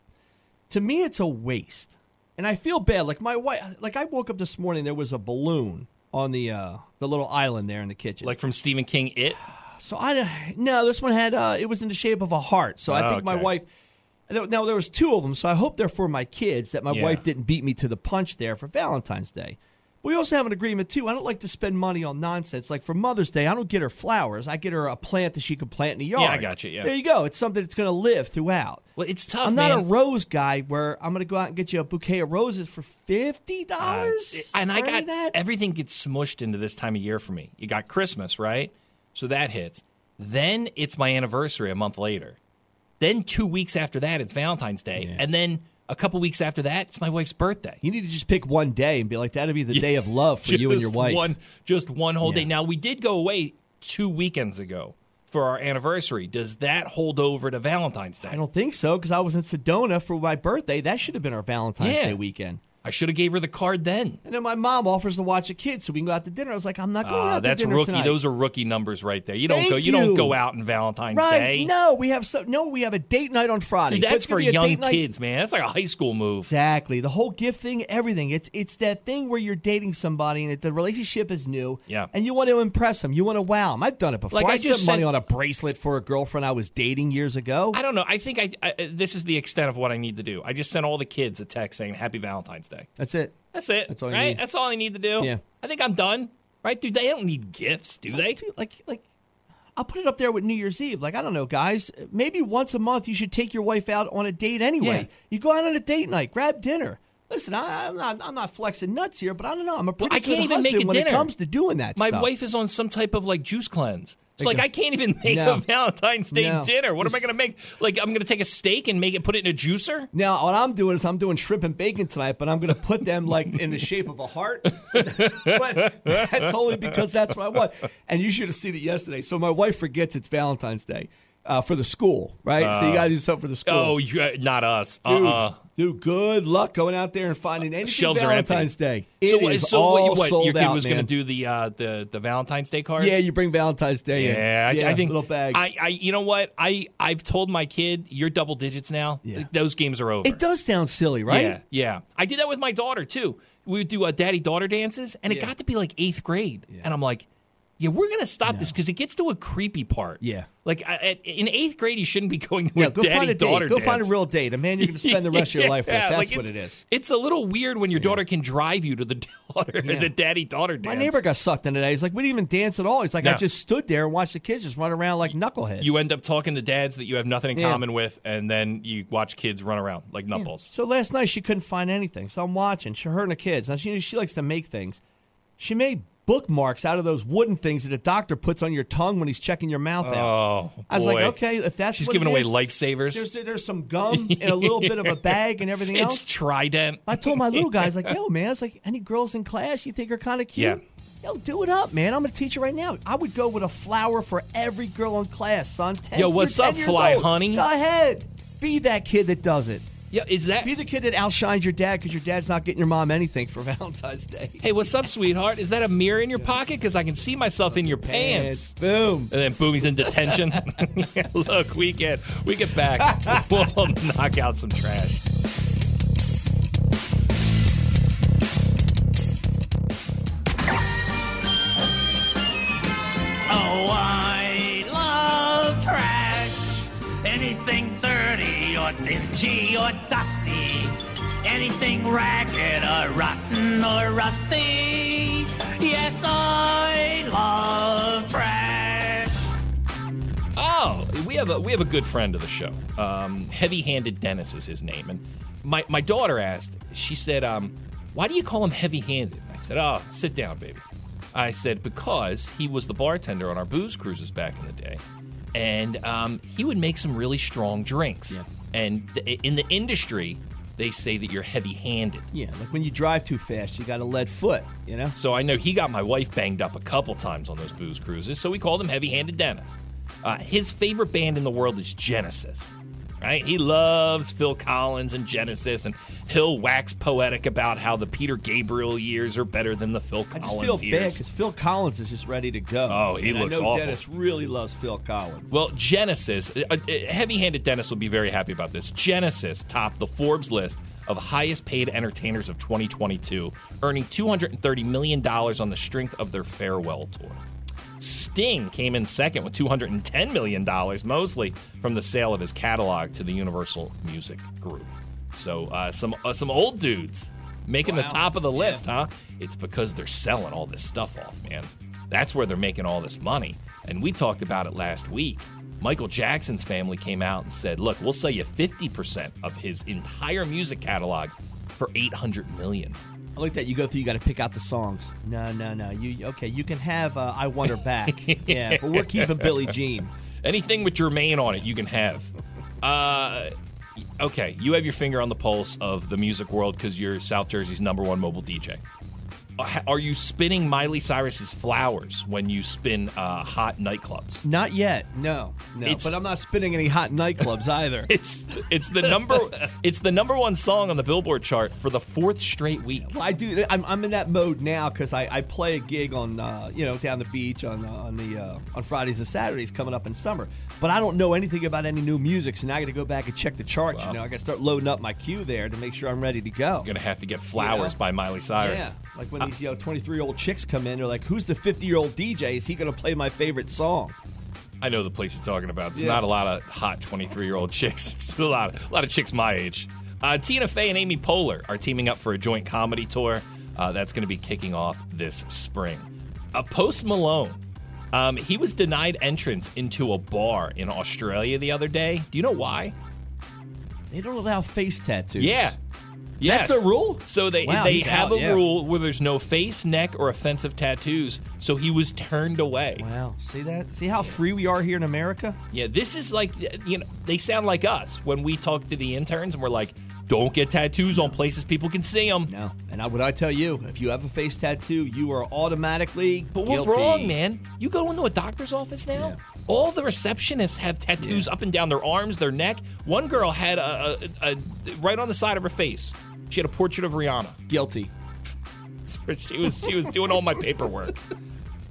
Speaker 2: To me, it's a waste, and I feel bad. Like my wife, like I woke up this morning, there was a balloon on the uh, the little island there in the kitchen.
Speaker 3: Like from Stephen King, it.
Speaker 2: So I no, this one had uh, it was in the shape of a heart. So I
Speaker 3: Oh,
Speaker 2: think my
Speaker 3: okay.
Speaker 2: wife, Th- Now there was two of them, so I hope they're for my kids that my
Speaker 3: Yeah.
Speaker 2: wife didn't beat me to the punch there for Valentine's Day. We also have an agreement too. I don't like to spend money on nonsense. Like for Mother's Day, I don't get her flowers. I get her a plant that she can plant in the yard.
Speaker 3: Yeah, I got you, yeah.
Speaker 2: there you go. It's something that's going to live throughout.
Speaker 3: Well, it's tough.
Speaker 2: I'm not a
Speaker 3: man.
Speaker 2: rose guy where I'm going to go out and get you a bouquet of roses for fifty dollars.
Speaker 3: Uh, And I got
Speaker 2: that.
Speaker 3: everything gets smushed into this time of year for me. You got Christmas, right? So that hits. Then it's my anniversary a month later. Then two weeks after that, it's Valentine's Day, and then a couple weeks after that, it's my wife's birthday.
Speaker 2: you need to just pick one day and be like, that'll be the day of love for you and your
Speaker 3: [laughs] Just
Speaker 2: wife.
Speaker 3: One, just one whole day.
Speaker 2: Yeah.
Speaker 3: Now we did go away two weekends ago for our anniversary. Does that hold over to Valentine's Day?
Speaker 2: I don't think so because I was in Sedona for my birthday. That should have been our Valentine's
Speaker 3: Yeah.
Speaker 2: Day weekend.
Speaker 3: I should have gave her the card then.
Speaker 2: And then my mom offers to watch the kids so we can go out to dinner. I was like, I'm not going
Speaker 3: Ah,
Speaker 2: out to
Speaker 3: that's
Speaker 2: dinner
Speaker 3: rookie.
Speaker 2: tonight.
Speaker 3: Those are rookie numbers right there. You don't
Speaker 2: Thank
Speaker 3: go. You, don't
Speaker 2: you.
Speaker 3: go out on Valentine's
Speaker 2: right?
Speaker 3: Day.
Speaker 2: No, we have so no. We have a date night on Friday.
Speaker 3: Dude,
Speaker 2: But
Speaker 3: that's
Speaker 2: it's gonna
Speaker 3: for
Speaker 2: be a
Speaker 3: young
Speaker 2: date night-
Speaker 3: kids, man. That's like a high school move.
Speaker 2: Exactly. The whole gift thing, everything. It's it's that thing where you're dating somebody and it, the relationship is new.
Speaker 3: Yeah.
Speaker 2: And you want to impress them. You want to wow them. I've done it before.
Speaker 3: Like, I
Speaker 2: spent
Speaker 3: just
Speaker 2: money
Speaker 3: sent-
Speaker 2: on a bracelet for a girlfriend I was dating years ago.
Speaker 3: I don't know. I think I, I this is the extent of what I need to do. I just sent all the kids a text saying Happy Valentine's Day.
Speaker 2: That's it.
Speaker 3: That's it.
Speaker 2: That's all you
Speaker 3: right?
Speaker 2: need.
Speaker 3: That's all I need to do.
Speaker 2: Yeah.
Speaker 3: I think I'm done. Right, dude. They don't need gifts, do they?
Speaker 2: Dude, like like I'll put it up there with New Year's Eve. Like I don't know, guys. Maybe once a month you should take your wife out on a date anyway.
Speaker 3: Yeah.
Speaker 2: You go out on a date night, grab dinner. Listen, I, I'm not I'm not flexing nuts here, but I don't know. I'm a pretty
Speaker 3: I
Speaker 2: good
Speaker 3: can't even
Speaker 2: husband
Speaker 3: make a
Speaker 2: when
Speaker 3: dinner.
Speaker 2: it comes to doing that.
Speaker 3: My
Speaker 2: stuff.
Speaker 3: wife is on some type of like juice cleanse. It's like
Speaker 2: a-
Speaker 3: I can't even [laughs] make
Speaker 2: No.
Speaker 3: a Valentine's Day
Speaker 2: No.
Speaker 3: dinner. What am I
Speaker 2: Just-
Speaker 3: going to make? Like I'm going to take a steak and make it put it in a juicer.
Speaker 2: Now, what I'm doing is I'm doing shrimp and bacon tonight, but I'm going to put them like in the shape of a heart. [laughs] but that's only because that's what I want. And you should have seen it yesterday. So my wife forgets it's Valentine's Day uh, for the school, right? so you got to do something for the school.
Speaker 3: Oh, you, uh, not us.
Speaker 2: Dude,
Speaker 3: Uh-uh.
Speaker 2: dude, good luck going out there and finding anything
Speaker 3: Shelves are empty.
Speaker 2: Valentine's Day.
Speaker 3: So,
Speaker 2: It
Speaker 3: what-
Speaker 2: is
Speaker 3: so what-
Speaker 2: all
Speaker 3: what,
Speaker 2: sold
Speaker 3: your kid
Speaker 2: out,
Speaker 3: was
Speaker 2: man.
Speaker 3: to do the uh, the the Valentine's Day cards.
Speaker 2: Yeah, you bring Valentine's Day in.
Speaker 3: Yeah, I, I think
Speaker 2: little bags.
Speaker 3: I, I, you know what? I, I've told my kid, you're double digits now.
Speaker 2: Yeah.
Speaker 3: Those games are over.
Speaker 2: it does sound silly, right?
Speaker 3: Yeah, yeah. I did that with my daughter too. We would do uh, daddy daughter dances, and it got to be like eighth grade, and I'm like, yeah, we're gonna stop this because it gets to a creepy part.
Speaker 2: Yeah.
Speaker 3: Like I, at, in eighth grade, you shouldn't be going to
Speaker 2: Yeah,
Speaker 3: a
Speaker 2: go
Speaker 3: daddy
Speaker 2: find a
Speaker 3: daughter.
Speaker 2: date. Go find a
Speaker 3: dance.
Speaker 2: real date. A man you're going to spend the rest of your life with.
Speaker 3: [laughs] Yeah,
Speaker 2: That's
Speaker 3: like,
Speaker 2: what
Speaker 3: it's-
Speaker 2: it is.
Speaker 3: It's a little weird when your daughter can drive you to the [laughs] daughter, the daddy daughter
Speaker 2: My
Speaker 3: dance.
Speaker 2: neighbor got sucked in today. He's like, we didn't even dance at all. He's like, I
Speaker 3: No.
Speaker 2: just stood there and watched the kids just run around like knuckleheads.
Speaker 3: You end up talking to dads that you have nothing in
Speaker 2: Yeah.
Speaker 3: common with, and then you watch kids run around like nutballs.
Speaker 2: so last night she couldn't find anything. So I'm watching. She, her and the kids. Now she she likes to make things. She made bookmarks out of those wooden things that a doctor puts on your tongue when he's checking your mouth out.
Speaker 3: Oh,
Speaker 2: I was like,
Speaker 3: boy.
Speaker 2: okay, if that's
Speaker 3: She's
Speaker 2: what
Speaker 3: giving
Speaker 2: it
Speaker 3: away
Speaker 2: is,
Speaker 3: lifesavers.
Speaker 2: There's there's some
Speaker 3: [laughs]
Speaker 2: gum and a little bit of a bag and everything
Speaker 3: it's
Speaker 2: else.
Speaker 3: Trident.
Speaker 2: I told my little guys, like, yo, man, it's like any girls in class you think are kind of cute?
Speaker 3: Yeah.
Speaker 2: Yo, do it up, man. I'm a teacher right now. I would go with a flower for every girl in class, son. 10,
Speaker 3: Yo,
Speaker 2: you're
Speaker 3: what's
Speaker 2: 10
Speaker 3: up,
Speaker 2: years
Speaker 3: fly
Speaker 2: old.
Speaker 3: honey?
Speaker 2: Go ahead. Be that kid that does it.
Speaker 3: Yeah, is that?
Speaker 2: Be the kid that outshines your dad because your dad's not getting your mom anything for [laughs] Valentine's Day.
Speaker 3: Hey, what's up, sweetheart? Is that a mirror in your pocket? Because I can see myself in your pants.
Speaker 2: Boom.
Speaker 3: And then boom, he's in detention. [laughs] Look, we get we get back. [laughs] we'll knock out some trash.
Speaker 7: Oh, I love trash. Anything dirty or dingy or dusty. Anything ragged or rotten or rusty. Yes, I love trash.
Speaker 3: Oh, we have a we have a good friend of the show. Um, Heavy Handed Dennis is his name, and my my daughter asked. She said, um, "Why do you call him Heavy Handed?" I said, "Oh, sit down, baby." I said because he was the bartender on our booze cruises back in the day, and um, he would make some really strong drinks. And th- in the industry, they say that you're heavy handed.
Speaker 2: Yeah, like when you drive too fast, you got a lead foot, you know?
Speaker 3: So I know he got my wife banged up a couple times on those booze cruises, so we called him Heavy Handed Dennis. Uh, his favorite band in the world is Genesis, right? He loves Phil Collins and Genesis, and he'll wax poetic about how the Peter Gabriel years are better than the Phil
Speaker 2: I
Speaker 3: Collins
Speaker 2: just feel bad
Speaker 3: years.
Speaker 2: because Phil Collins is just ready to go.
Speaker 3: Oh, he
Speaker 2: And
Speaker 3: looks
Speaker 2: I know
Speaker 3: awful.
Speaker 2: Dennis really loves Phil Collins.
Speaker 3: Well, Genesis, heavy handed Dennis will be very happy about this. Genesis topped the Forbes list of highest paid entertainers of 2022, earning $230 million on the strength of their farewell tour. Sting came in second with $210 million, mostly from the sale of his catalog to the Universal Music Group. So uh, some uh, some old dudes making the
Speaker 2: Wow.
Speaker 3: top of the
Speaker 2: Yeah.
Speaker 3: list, huh? It's because they're selling all this stuff off, man. That's where they're making all this money. And we talked about it last week. Michael Jackson's family came out and said, "Look, we'll sell you 50% of his entire music catalog for 800 million."
Speaker 2: I like that you go through. You got to pick out the songs. No, no, no. You okay? You can have uh, "I Want Her Back."
Speaker 3: [laughs]
Speaker 2: yeah, but we're keeping Billie Jean.
Speaker 3: Anything with Jermaine on it, you can have. Uh, y- okay, you have your finger on the pulse of the music world because you're South Jersey's number one mobile DJ. Uh, ha- Are you spinning Miley Cyrus's flowers when you spin uh, hot nightclubs? [laughs]
Speaker 2: Not yet. No, no.
Speaker 3: It's-
Speaker 2: but I'm not spinning any hot nightclubs either.
Speaker 3: It's it's the number it's the number one song on the Billboard chart for the fourth straight week.
Speaker 2: Well, I do. I'm, I'm in that mode now because I, I play a gig on, uh, you know, down the beach on uh, on the uh, on Fridays and Saturdays coming up in summer. But I don't know anything about any new music, so now I got to go back and check the charts. You know, I got to start loading up my queue there to make sure I'm ready to go.
Speaker 3: You're Uh, gonna have to get flowers
Speaker 2: Yeah.
Speaker 3: by Miley Cyrus.
Speaker 2: Yeah, like when these you know 23 year old chicks come in, they're like, "Who's the 50 year old DJ? Is he gonna play my favorite song?"
Speaker 3: I know the place you're talking about. There's
Speaker 2: Yeah.
Speaker 3: not a lot of hot 23 year old [laughs] chicks. It's a lot, a lot of chicks my age. Uh, Tina Fey and Amy Poehler are teaming up for a joint comedy tour. Uh, that's going to be kicking off this spring. Uh, Post Malone, um, he was denied entrance into a bar in Australia the other day. Do you know why?
Speaker 2: They don't allow face tattoos.
Speaker 3: Yeah. Yes.
Speaker 2: That's a rule?
Speaker 3: So they
Speaker 2: Wow,
Speaker 3: they
Speaker 2: he's
Speaker 3: have
Speaker 2: out,
Speaker 3: a
Speaker 2: yeah.
Speaker 3: rule where there's no face, neck, or offensive tattoos. So he was turned away.
Speaker 2: Wow. See that? See how free we are here in America?
Speaker 3: Yeah, this is like you know they sound like us when we talk to the interns and we're like, "Don't get tattoos on places people can see them."
Speaker 2: No. And I, what I tell you, if you have a face tattoo, you are automatically
Speaker 3: But we're
Speaker 2: guilty.
Speaker 3: wrong, man. You go into a doctor's office now. All the receptionists have tattoos up and down their arms, their neck. One girl had a, a, a right on the side of her face. She had a portrait of Rihanna.
Speaker 2: Guilty.
Speaker 3: She was she was doing all my paperwork.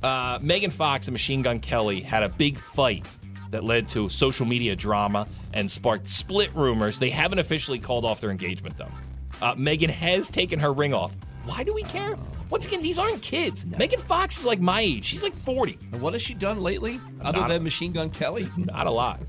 Speaker 3: Uh, Megan Fox and Machine Gun Kelly had a big fight that led to social media drama and sparked split rumors. They haven't officially called off their engagement though. Uh, Megan has taken her ring off. Why do we care? Once again, these aren't kids. Megan Fox is like my age. She's like 40.
Speaker 2: And what has she done lately other
Speaker 3: Not-
Speaker 2: than Machine Gun Kelly?
Speaker 3: Not a lot.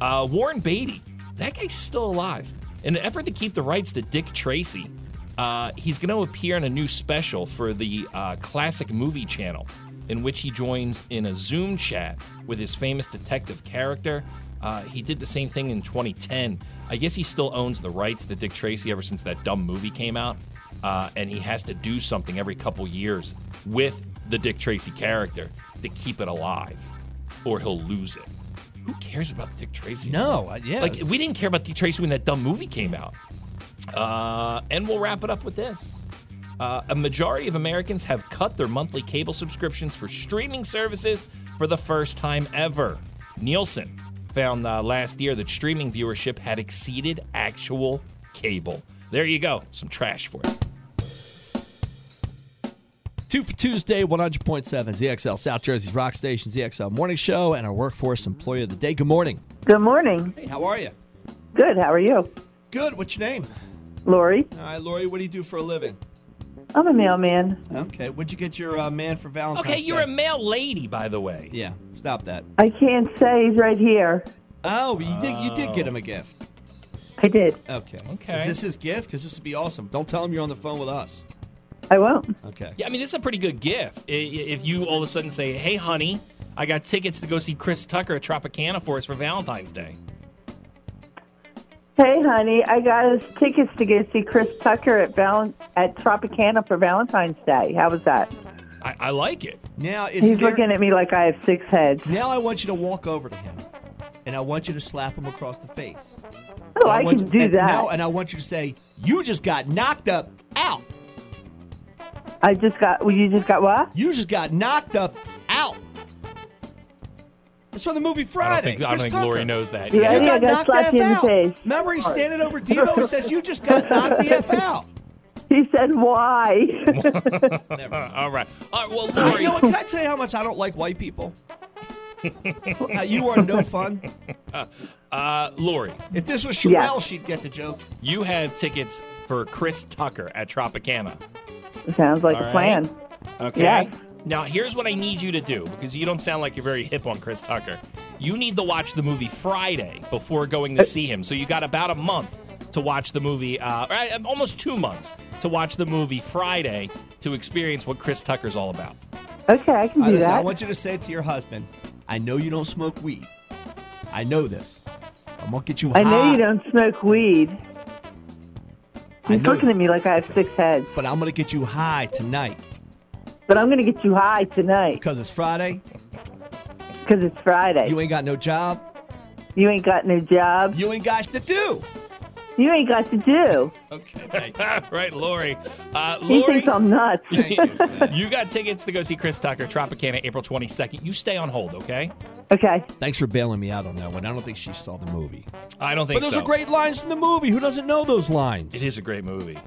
Speaker 3: Uh, Warren Beatty, that guy's still alive. In an effort to keep the rights to Dick Tracy, uh, he's going to appear in a new special for the uh, Classic Movie Channel, in which he joins in a Zoom chat with his famous detective character. Uh, he did the same thing in 2010. I guess he still owns the rights to Dick Tracy ever since that dumb movie came out, uh, and he has to do something every couple years with the Dick Tracy character to keep it alive, or he'll lose it. Who cares about Dick Tracy?
Speaker 2: No, uh, yeah,
Speaker 3: Like,
Speaker 2: it's-
Speaker 3: we didn't care about Dick Tracy when that dumb movie came out. Uh, and we'll wrap it up with this. Uh, a majority of Americans have cut their monthly cable subscriptions for streaming services for the first time ever. Nielsen found uh, last year that streaming viewership had exceeded actual cable. There you go. Some trash for you.
Speaker 2: Two for Tuesday, 100.7 ZXL, South Jersey's rock station, ZXL Morning Show, and our Workforce Employee of the Day. Good morning.
Speaker 8: Good morning.
Speaker 2: Hey, how are you?
Speaker 8: Good. How are you?
Speaker 2: Good. What's your name?
Speaker 8: Lori,
Speaker 2: All right, Lori, what do you do for a living?
Speaker 8: I'm a mailman.
Speaker 2: Okay, what'd you get your uh, man for Valentine's
Speaker 3: Okay, you're a
Speaker 2: Day?
Speaker 3: male lady, by the way.
Speaker 2: Yeah, stop that.
Speaker 8: I can't say he's right here.
Speaker 2: Oh, you did, you did get him a gift.
Speaker 8: I did.
Speaker 2: Okay.
Speaker 3: Okay.
Speaker 2: Is this his gift? Because this would be awesome. Don't tell him you're on the phone with us.
Speaker 8: I won't.
Speaker 2: Okay.
Speaker 3: Yeah, I mean, this is a pretty good gift. I- i- If you all of a sudden say, hey, honey, I got tickets to go see Chris Tucker at Tropicana for us for Valentine's Day.
Speaker 8: Hey, honey, I got us tickets to go see Chris Tucker at Val- at Tropicana for Valentine's Day. How was that?
Speaker 3: I, I like it.
Speaker 2: Now is
Speaker 8: He's
Speaker 2: there-
Speaker 8: looking at me like I have six heads.
Speaker 2: Now I want you to walk over to him, and I want you to slap him across the face.
Speaker 8: Oh, I,
Speaker 2: want
Speaker 8: can
Speaker 2: you-
Speaker 8: do
Speaker 2: and-
Speaker 8: that.
Speaker 2: No, and I want you to say, "You just got knocked up out.
Speaker 8: I just got. Well, you just got what? [laughs]
Speaker 2: You just got knocked up out." It's from the movie Friday.
Speaker 3: I don't think, I don't
Speaker 2: Chris
Speaker 3: think
Speaker 2: Tucker.
Speaker 3: Lori knows that.
Speaker 8: Yeah, I
Speaker 2: You got
Speaker 8: gotta
Speaker 2: knocked
Speaker 8: slap
Speaker 2: F
Speaker 8: you in the
Speaker 2: out.
Speaker 8: face.
Speaker 2: Remember, he's standing over Debo. He says, "You just got knocked the
Speaker 8: [laughs]
Speaker 2: F out."
Speaker 8: He said, "Why?"
Speaker 3: Uh, [laughs] all right. All right, well,
Speaker 2: I, you
Speaker 3: Lori,
Speaker 2: know what? Can I tell you how much I don't like
Speaker 8: [laughs]
Speaker 2: white people? Uh, you are no fun.
Speaker 3: uh, Lori,
Speaker 2: If this was Sherelle,
Speaker 8: Yeah.
Speaker 2: she'd get the joke.
Speaker 3: you have tickets for Chris Tucker at Tropicana.
Speaker 8: [laughs] Sounds like
Speaker 3: All
Speaker 8: a
Speaker 3: right.
Speaker 8: plan.
Speaker 3: Okay.
Speaker 8: Yes.
Speaker 3: Now, here's what I need you to do because you don't sound like you're very hip on Chris Tucker. You need to watch the movie Friday before going to see him. So you got about a month to watch the movie, uh, or, uh, almost two months to watch the movie Friday to experience what Chris Tucker's all about.
Speaker 8: Okay, I can do
Speaker 2: All right, Uh, listen, I
Speaker 8: that.
Speaker 2: want you to say to your husband, I know you don't smoke weed. I know this. I'm going to get you
Speaker 8: I know
Speaker 2: high,
Speaker 8: you don't smoke weed.
Speaker 2: I
Speaker 8: He's
Speaker 2: know
Speaker 8: looking at me like I have six heads,
Speaker 2: but I'm going to get you high tonight
Speaker 8: but I'm going to get you high tonight
Speaker 2: because it's Friday.
Speaker 8: because it's Friday.
Speaker 2: You ain't got no job.
Speaker 8: You ain't got no job.
Speaker 2: You ain't got to do.
Speaker 8: You ain't got to do.
Speaker 2: Okay.
Speaker 3: [laughs] right, Lori. Uh,
Speaker 8: He
Speaker 3: Lori,
Speaker 8: thinks I'm nuts.
Speaker 3: you got tickets to go see Chris Tucker, Tropicana, April 22nd. You stay on hold, okay?
Speaker 8: okay.
Speaker 2: Thanks for bailing me out on that one. I don't think she saw the movie.
Speaker 3: I don't think
Speaker 2: But those
Speaker 3: so.
Speaker 2: are great lines in the movie. Who doesn't know those lines?
Speaker 3: It is a great movie.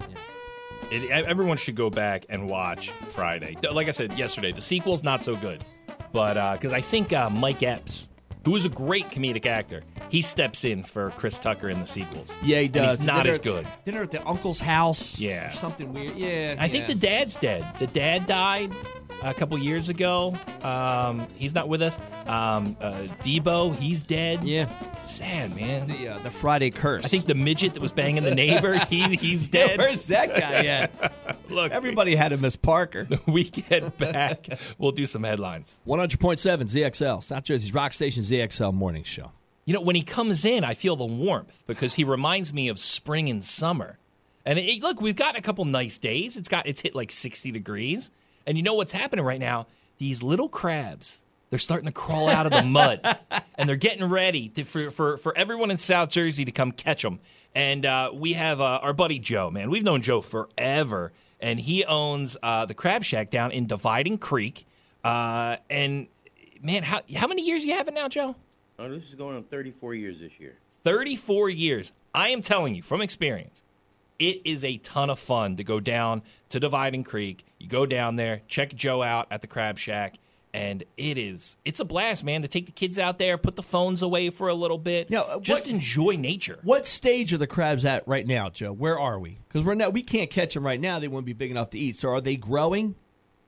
Speaker 3: It, e- everyone should go back and watch Friday. Th- Like I said yesterday, the sequel's not so good, but because I think uh, Mike Epps, who is a great comedic actor, he steps in for Chris Tucker in the sequels.
Speaker 2: Yeah, he
Speaker 3: And he's
Speaker 2: does.
Speaker 3: not
Speaker 2: Dinner
Speaker 3: as
Speaker 2: at-
Speaker 3: good.
Speaker 2: Dinner at the uncle's house.
Speaker 3: Yeah.
Speaker 2: Or something weird. Yeah.
Speaker 3: I think
Speaker 2: yeah.
Speaker 3: the dad's dead. The dad died a couple years ago. Um, he's not with us. Um, uh, Debo, he's dead.
Speaker 2: Yeah.
Speaker 3: sad man.
Speaker 2: The, uh, the Friday curse.
Speaker 3: I think the midget that was banging the neighbor, he, he's
Speaker 2: [laughs] Yeah,
Speaker 3: dead.
Speaker 2: Where's that [laughs] guy at?
Speaker 3: Look,
Speaker 2: Everybody had a Miss [laughs] Parker.
Speaker 3: [laughs] we get back. We'll do some headlines.
Speaker 2: 100.7 ZXL, South Jersey's Rock Station ZXL Morning Show.
Speaker 3: You know, when he comes in, I feel the warmth because he reminds me of spring and summer. And it, look, we've got a couple nice days. It's got it's hit like 60 degrees. And you know what's happening right now? These little crabs, they're starting to crawl out of the mud. and they're getting ready to, for, for, for everyone in South Jersey to come catch them. And uh, we have uh, our buddy Joe, man. We've known Joe forever. And he owns uh, the Crab Shack down in Dividing Creek. Uh, and man, how, how many years you have it now, Joe?
Speaker 9: Oh, this is going on 34 years this year.
Speaker 3: 34 years. I am telling you from experience, it is a ton of fun to go down to Dividing Creek. You go down there, check Joe out at the Crab Shack, and it is it's a blast, man, to take the kids out there, put the phones away for a little bit.
Speaker 2: Now, uh,
Speaker 3: just
Speaker 2: what-
Speaker 3: enjoy nature.
Speaker 2: What stage are the crabs at right now, Joe? Where are we? Because we're now we can't catch them right now. They wouldn't be big enough to eat. So are they growing?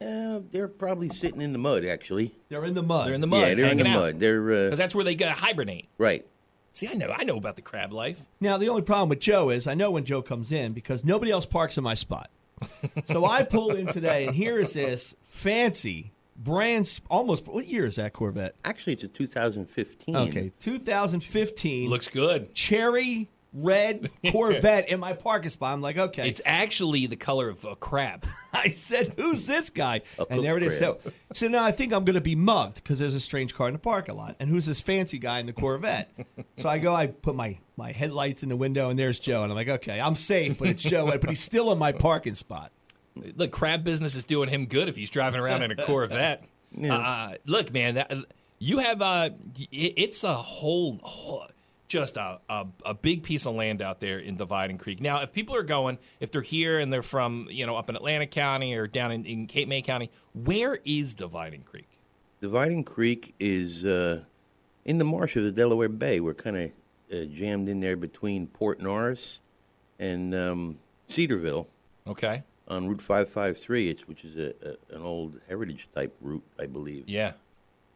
Speaker 9: Uh, they're probably sitting in the mud, actually.
Speaker 2: They're in the mud.
Speaker 3: They're in the mud.
Speaker 9: yeah, they're in the
Speaker 3: hanging out.
Speaker 9: mud. They're uh,
Speaker 3: 'Cause that's where they gotta hibernate.
Speaker 9: right.
Speaker 3: See, I know I know about the crab life.
Speaker 2: Now the only problem with Joe is I know when Joe comes in because nobody else parks in my [laughs] spot. so I pull in today, and here is this fancy brand. sp- Almost what year is that Corvette?
Speaker 9: Actually, it's a 2015.
Speaker 2: Okay, 2015.
Speaker 3: Looks good.
Speaker 2: cherry
Speaker 3: [laughs]
Speaker 2: red Corvette in my parking spot. I'm like, okay.
Speaker 3: It's actually the color of a crab.
Speaker 2: [laughs]
Speaker 3: [laughs]
Speaker 2: I said, who's this guy?
Speaker 9: A
Speaker 2: And there it is. So,
Speaker 9: crab.
Speaker 2: so now I think I'm going to be mugged because there's a strange car in the parking lot. And who's this fancy guy in the
Speaker 3: [laughs]
Speaker 2: Corvette? so I go, I put my, my headlights in the window, and there's Joe. And I'm like, okay, I'm safe, but it's Joe, but he's still in my parking spot.
Speaker 3: the crab business is doing him good if he's driving
Speaker 2: [laughs]
Speaker 3: around in a Corvette. Uh, look, man, that, you have uh, y- it's a whole, whole- just a, a a big piece of land out there in Dividing Creek. Now, if people are going, if they're here and they're from you know up in Atlanta County or down in, in Cape May County, where is Dividing Creek?
Speaker 9: Dividing Creek is uh, in the marsh of the Delaware Bay. We're kind of uh, jammed in there between Port Norris and um, Cedarville
Speaker 3: Okay,
Speaker 9: on Route 553, it's, which is a, a, an old heritage type route, I believe.
Speaker 3: yeah.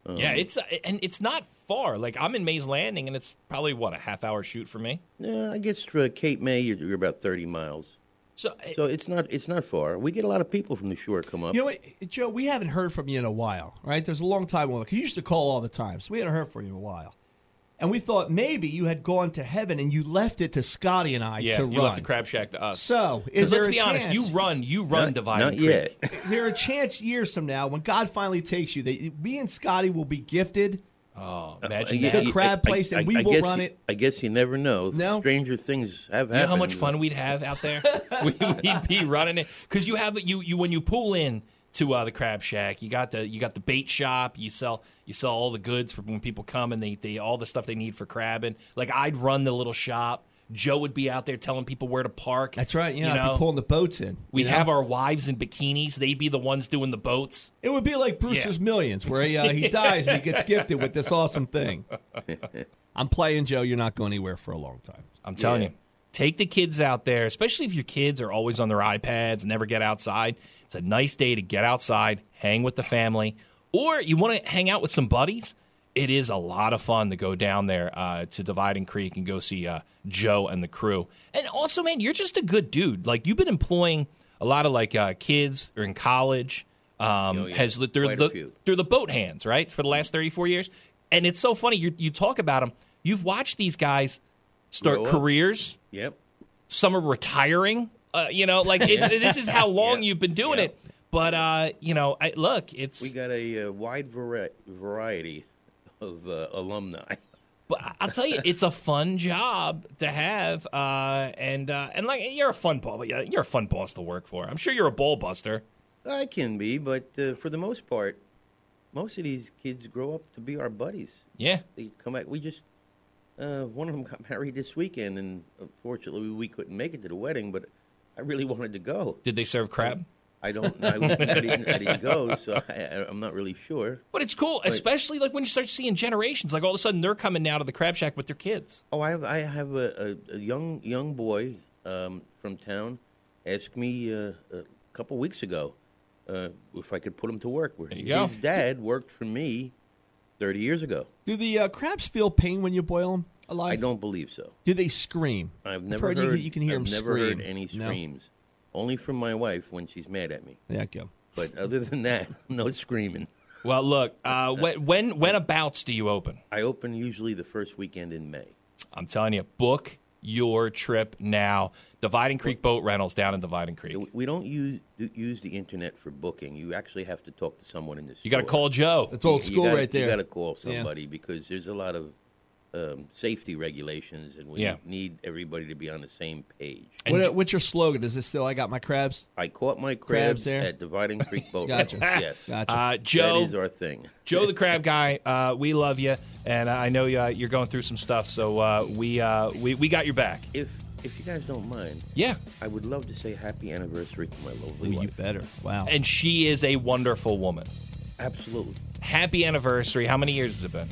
Speaker 2: Um,
Speaker 3: yeah, it's uh, and it's not far. Like I'm in Mays Landing, and it's probably what a half hour shoot for me.
Speaker 9: Yeah, I guess for Cape May, you're, you're about 30 miles.
Speaker 3: So,
Speaker 9: So it's not it's not far. We get a lot of people from the shore come up.
Speaker 2: You know what, Joe, we haven't heard from you in a while, right? There's a long time. Because you used to call all the time, so we hadn't heard from you in a while. And we thought maybe you had gone to heaven and you left it to Scotty and I
Speaker 3: yeah,
Speaker 2: to
Speaker 3: you
Speaker 2: run.
Speaker 3: left the crab shack to us.
Speaker 2: So, is
Speaker 3: 'Cause
Speaker 2: there
Speaker 3: let's
Speaker 2: a
Speaker 3: be honest,
Speaker 2: chance-
Speaker 3: you run, you run
Speaker 9: not,
Speaker 3: Dividing
Speaker 9: not
Speaker 3: Creek.
Speaker 9: yet.
Speaker 2: Is there a chance years from now, when God finally takes you, that me and Scotty will be gifted?
Speaker 3: Oh, imagine
Speaker 9: Uh, Yeah,
Speaker 3: that.
Speaker 2: The
Speaker 9: you-
Speaker 2: crab place and we will
Speaker 9: guess
Speaker 2: run
Speaker 9: you-
Speaker 2: it.
Speaker 9: I guess you never know.
Speaker 2: No?
Speaker 9: Stranger things have happened.
Speaker 3: You know how much fun we'd have out
Speaker 9: [laughs]
Speaker 3: there? we, [laughs] would be running it because you have you you when you pull in to uh, the crab shack, you got the you got the bait shop. You sell you sell all the goods for when people come and they they all the stuff they need for crabbing. Like I'd run the little shop. Joe would be out there telling people where to park.
Speaker 2: Yeah, I'd be pulling the boats in.
Speaker 3: We'd
Speaker 2: you know?
Speaker 3: have our wives in bikinis. They'd be the ones doing the boats.
Speaker 2: It would be like Brewster's
Speaker 3: Yeah.
Speaker 2: Millions, where he, uh,
Speaker 3: [laughs]
Speaker 2: he dies and he gets gifted with this awesome thing. [laughs] I'm playing Joe. You're not going anywhere for a long time.
Speaker 3: I'm telling you, take the kids out there, especially if your kids are always on their iPads, never get outside. It's It's a nice day to get outside, hang with the family, or you want to hang out with some buddies. It is a lot of fun to go down there uh, to Dividing Creek and go see uh, Joe and the crew. And also, man, you're just a good dude. Like you've been employing a lot of like uh, kids or in college. Um,
Speaker 9: Oh, yeah.
Speaker 3: has they're
Speaker 9: Quite a
Speaker 3: the,
Speaker 9: few.
Speaker 3: they're the boat hands, right? For the last 34 years. And it's so funny. You, you talk about them. You've watched these guys start
Speaker 9: Grow up.
Speaker 3: careers.
Speaker 9: Yep.
Speaker 3: Some are retiring. Uh, you know, like it's,
Speaker 9: [laughs] Yeah.
Speaker 3: this is how long you've been doing it. But, uh, you know, I, look, it's.
Speaker 9: We got a uh, wide vari- variety of uh, alumni.
Speaker 3: But I- I'll tell you, it's a fun job to have, uh, and uh, and like you're a fun ball, you're a fun boss to work for. I'm sure you're a ball buster.
Speaker 9: I can be, but uh, for the most part, most of these kids grow up to be our buddies.
Speaker 3: Yeah.
Speaker 9: They come back. We just, uh, one of them got [laughs] married this weekend, and unfortunately, we couldn't make it to the wedding, but I really [laughs] wanted to go.
Speaker 3: Did they serve crab?
Speaker 9: I don't. I, I, didn't, I didn't go, so [laughs] I, I'm not really sure.
Speaker 3: But it's cool, especially like when you start seeing generations. Like all of a sudden, they're coming now to the crab shack with their kids.
Speaker 9: Oh, I have, I have a, a, a young young boy um, from town asked me uh, a couple weeks ago uh, if I could put him to work. Where
Speaker 3: you go.
Speaker 9: his dad worked for me 30 years ago.
Speaker 2: Do the uh, crabs feel pain when you boil them alive?
Speaker 9: I don't believe so.
Speaker 2: Do they scream?
Speaker 9: I've never
Speaker 2: heard,
Speaker 9: heard,
Speaker 2: you can- you can hear
Speaker 9: I've
Speaker 2: 'em
Speaker 9: never heard
Speaker 2: scream.
Speaker 9: any
Speaker 2: No.
Speaker 9: screams. Only from my wife when she's mad at me.
Speaker 2: Yeah, go.
Speaker 9: But other than that, [laughs] no screaming.
Speaker 3: Well, look,
Speaker 9: [laughs]
Speaker 3: uh, when when whenabouts do you open?
Speaker 9: I open usually the first weekend in May.
Speaker 3: I'm telling you, book your trip now. Dividing Creek Boat Rentals down in Dividing Creek.
Speaker 9: We don't use do- use the internet for booking. You actually have to talk to someone in the
Speaker 3: You got to
Speaker 9: store.
Speaker 3: call Joe.
Speaker 2: That's old
Speaker 9: You- you
Speaker 2: school
Speaker 9: gotta-
Speaker 2: right there.
Speaker 9: You got to call
Speaker 2: Yeah.
Speaker 9: somebody because there's a lot of um, safety regulations, and we
Speaker 3: Yeah.
Speaker 9: need everybody to be on the same page.
Speaker 2: What, uh, what's your slogan? Is this still "I got my crabs"?
Speaker 9: I caught my
Speaker 2: Crabs
Speaker 9: crabs,
Speaker 2: there?
Speaker 9: at
Speaker 2: [laughs]
Speaker 9: Dividing Creek Boat
Speaker 2: Gotcha.
Speaker 9: Rentals. Yes,
Speaker 2: Gotcha.
Speaker 3: Uh, Joe,
Speaker 9: that is our thing.
Speaker 3: Joe the Crab Guy, uh, we love you, and I know uh, you're going through some stuff, so uh, we, uh, we we got your back.
Speaker 9: [laughs] If if you guys don't mind,
Speaker 3: Yeah,
Speaker 9: I would love to say happy anniversary to my lovely
Speaker 2: Ooh, you
Speaker 9: wife.
Speaker 2: better. Wow.
Speaker 3: and she is a wonderful woman.
Speaker 9: Absolutely,
Speaker 3: Happy anniversary! How many years has it been?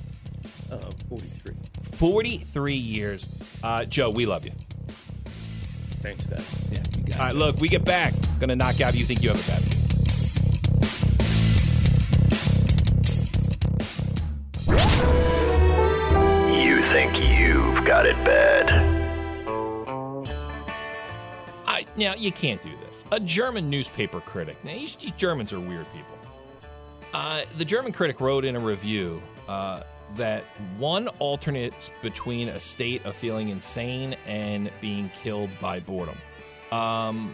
Speaker 9: uh, forty-three.
Speaker 3: Forty-three years. Uh, Joe, we love you.
Speaker 9: Thanks, guys.
Speaker 2: Yeah, you got
Speaker 3: All right, look, we get back. Gonna knock out. You think you have a bad?
Speaker 10: You think you've got it bad.
Speaker 3: I, now you can't do this. A German newspaper critic. Now these, these Germans are weird people. Uh, the German critic wrote in a review uh, that one alternates between a state of feeling insane and being killed by boredom. Um,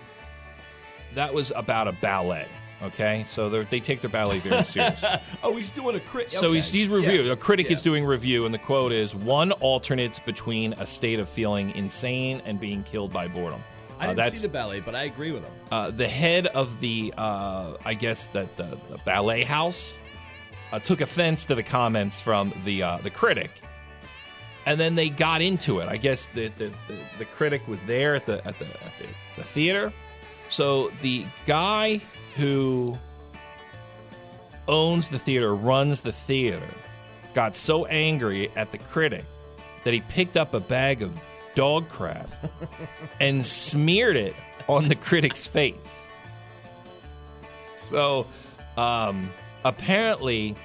Speaker 3: that was about a ballet. Okay, so they're- they take their ballet
Speaker 2: [laughs]
Speaker 3: very serious.
Speaker 2: oh, he's doing a crit.
Speaker 3: So he's, he's review. A critic
Speaker 2: Yeah.
Speaker 3: is doing review, and the quote is: "One alternates between a state of feeling insane and being killed by boredom."
Speaker 2: I
Speaker 3: Uh,
Speaker 2: didn't
Speaker 3: that's-
Speaker 2: see the ballet, but I agree with him.
Speaker 3: uh, the head of the, uh, I guess that the, the ballet house uh, took offense to the comments from the uh, the critic, and then they got into it. I guess the the, the, the critic was there at the at the at the, the theater, so the guy who owns the theater runs the theater got so angry at the critic that he picked up a bag of
Speaker 2: [laughs]
Speaker 3: dog crap and smeared it on the critic's face. So, um, apparently,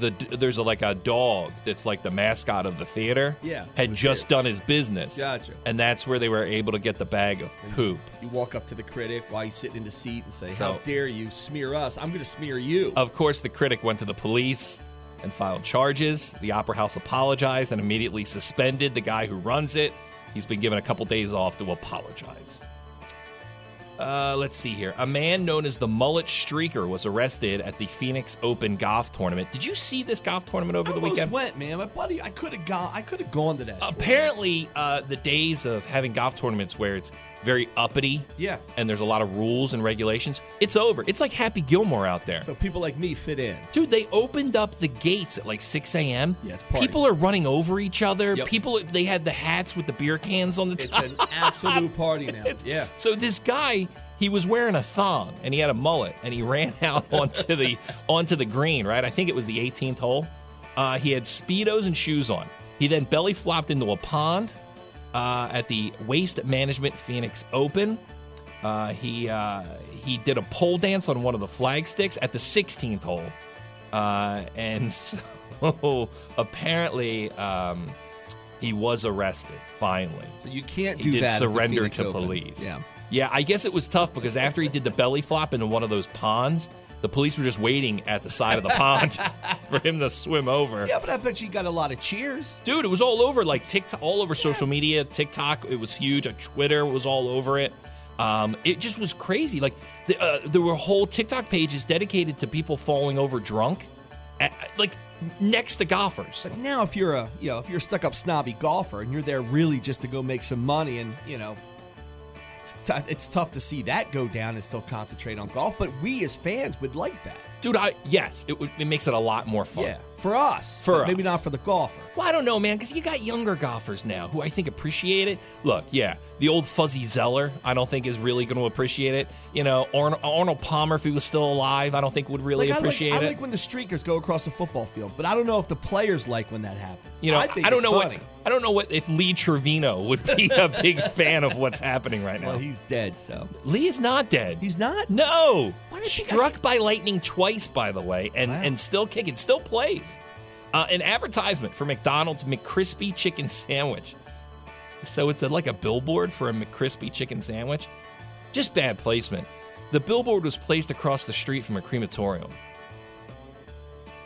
Speaker 3: the there's a, like a dog that's like the mascot of the theater.
Speaker 2: Yeah, it
Speaker 3: had
Speaker 2: was
Speaker 3: just
Speaker 2: his.
Speaker 3: done his business.
Speaker 2: Gotcha.
Speaker 3: And that's where they were able to get the bag of poop.
Speaker 2: You walk up to the critic while he's sitting in the seat and say,
Speaker 3: So- Uh,
Speaker 2: "How dare you smear us? I'm going to smear you."
Speaker 3: Of course, the critic went to the police and filed charges. The Opera House apologized and immediately suspended the guy who runs it. He's been given a couple days off to apologize. Uh, let's see here. A man known as the Mullet Streaker was arrested at the Phoenix Open golf tournament. Did you see this golf tournament over
Speaker 2: I
Speaker 3: the
Speaker 2: almost
Speaker 3: weekend?
Speaker 2: went, man. My buddy, I could have gone. I could have gone to that.
Speaker 3: Apparently, uh, the days of having golf tournaments where it's very uppity
Speaker 2: yeah.
Speaker 3: and there's a lot of rules and regulations, it's over. It's like Happy Gilmore out there.
Speaker 2: So people like me fit in.
Speaker 3: Dude, they opened up the gates at like 6 a.m.
Speaker 2: Yeah, it's party.
Speaker 3: People are running over each other.
Speaker 2: Yep.
Speaker 3: People, they had the hats with the beer cans on the
Speaker 2: It's
Speaker 3: top. [laughs]
Speaker 2: an absolute party now. Yeah.
Speaker 3: So this guy, he was wearing a thong and he had a mullet and he [laughs] ran out onto the onto the green, right? I think it was the 18th hole. Uh, he had speedos and shoes on. He then belly flopped into a pond uh, at the Waste Management Phoenix Open. Uh, he uh, he did a pole dance on one of the flag sticks at the 16th hole, uh, and [laughs] so apparently um, he was arrested finally.
Speaker 2: So you can't
Speaker 3: He
Speaker 2: do
Speaker 3: did
Speaker 2: that. at the
Speaker 3: surrender
Speaker 2: Phoenix
Speaker 3: to
Speaker 2: Open.
Speaker 3: police.
Speaker 2: Yeah.
Speaker 3: Yeah, I guess it was tough because after he did the belly flop into one of those ponds, the police were just waiting at the side of the pond [laughs] for him to swim over.
Speaker 2: Yeah, but I bet you got a lot of cheers.
Speaker 3: Dude, it was all over like TikTok, all over social media. TikTok, it was huge. Uh, Twitter was all over it. Um, it just was crazy. Like the, uh, there were whole TikTok pages dedicated to people falling over drunk, uh, like next to golfers.
Speaker 2: But now, if you're a you know if you're a stuck up snobby golfer and you're there really just to go make some money and you know it's, t- it's tough to see that go down and still concentrate on golf. But we as fans would like that.
Speaker 3: Dude, I yes, it, would- it makes it a lot more fun.
Speaker 2: Yeah, for us,
Speaker 3: For
Speaker 2: but maybe
Speaker 3: us.
Speaker 2: not for the golfer.
Speaker 3: Well, I don't know, man, because you got younger golfers now who I think appreciate it. Look, yeah, the old fuzzy Zeller, I don't think is really going to appreciate it. You know, Arnold, Arnold Palmer, if he was still alive, I don't think would really
Speaker 2: Like,
Speaker 3: appreciate
Speaker 2: I like,
Speaker 3: it.
Speaker 2: I like when the streakers go across the football field, but I don't know if the players like when that happens.
Speaker 3: you know,
Speaker 2: I
Speaker 3: I,
Speaker 2: think
Speaker 3: don't
Speaker 2: it's
Speaker 3: know
Speaker 2: funny.
Speaker 3: what I don't know what if Lee Trevino would be a big [laughs] fan of what's happening right now.
Speaker 2: Well, he's dead, so
Speaker 3: Lee is not dead.
Speaker 2: He's not.
Speaker 3: No, struck by lightning twice, by the way, and and still kicking, still plays. Uh, an advertisement for McDonald's McCrispy chicken sandwich. So it's a, like a billboard for a McCrispy chicken sandwich. Just bad placement. The billboard was placed across the street from a crematorium,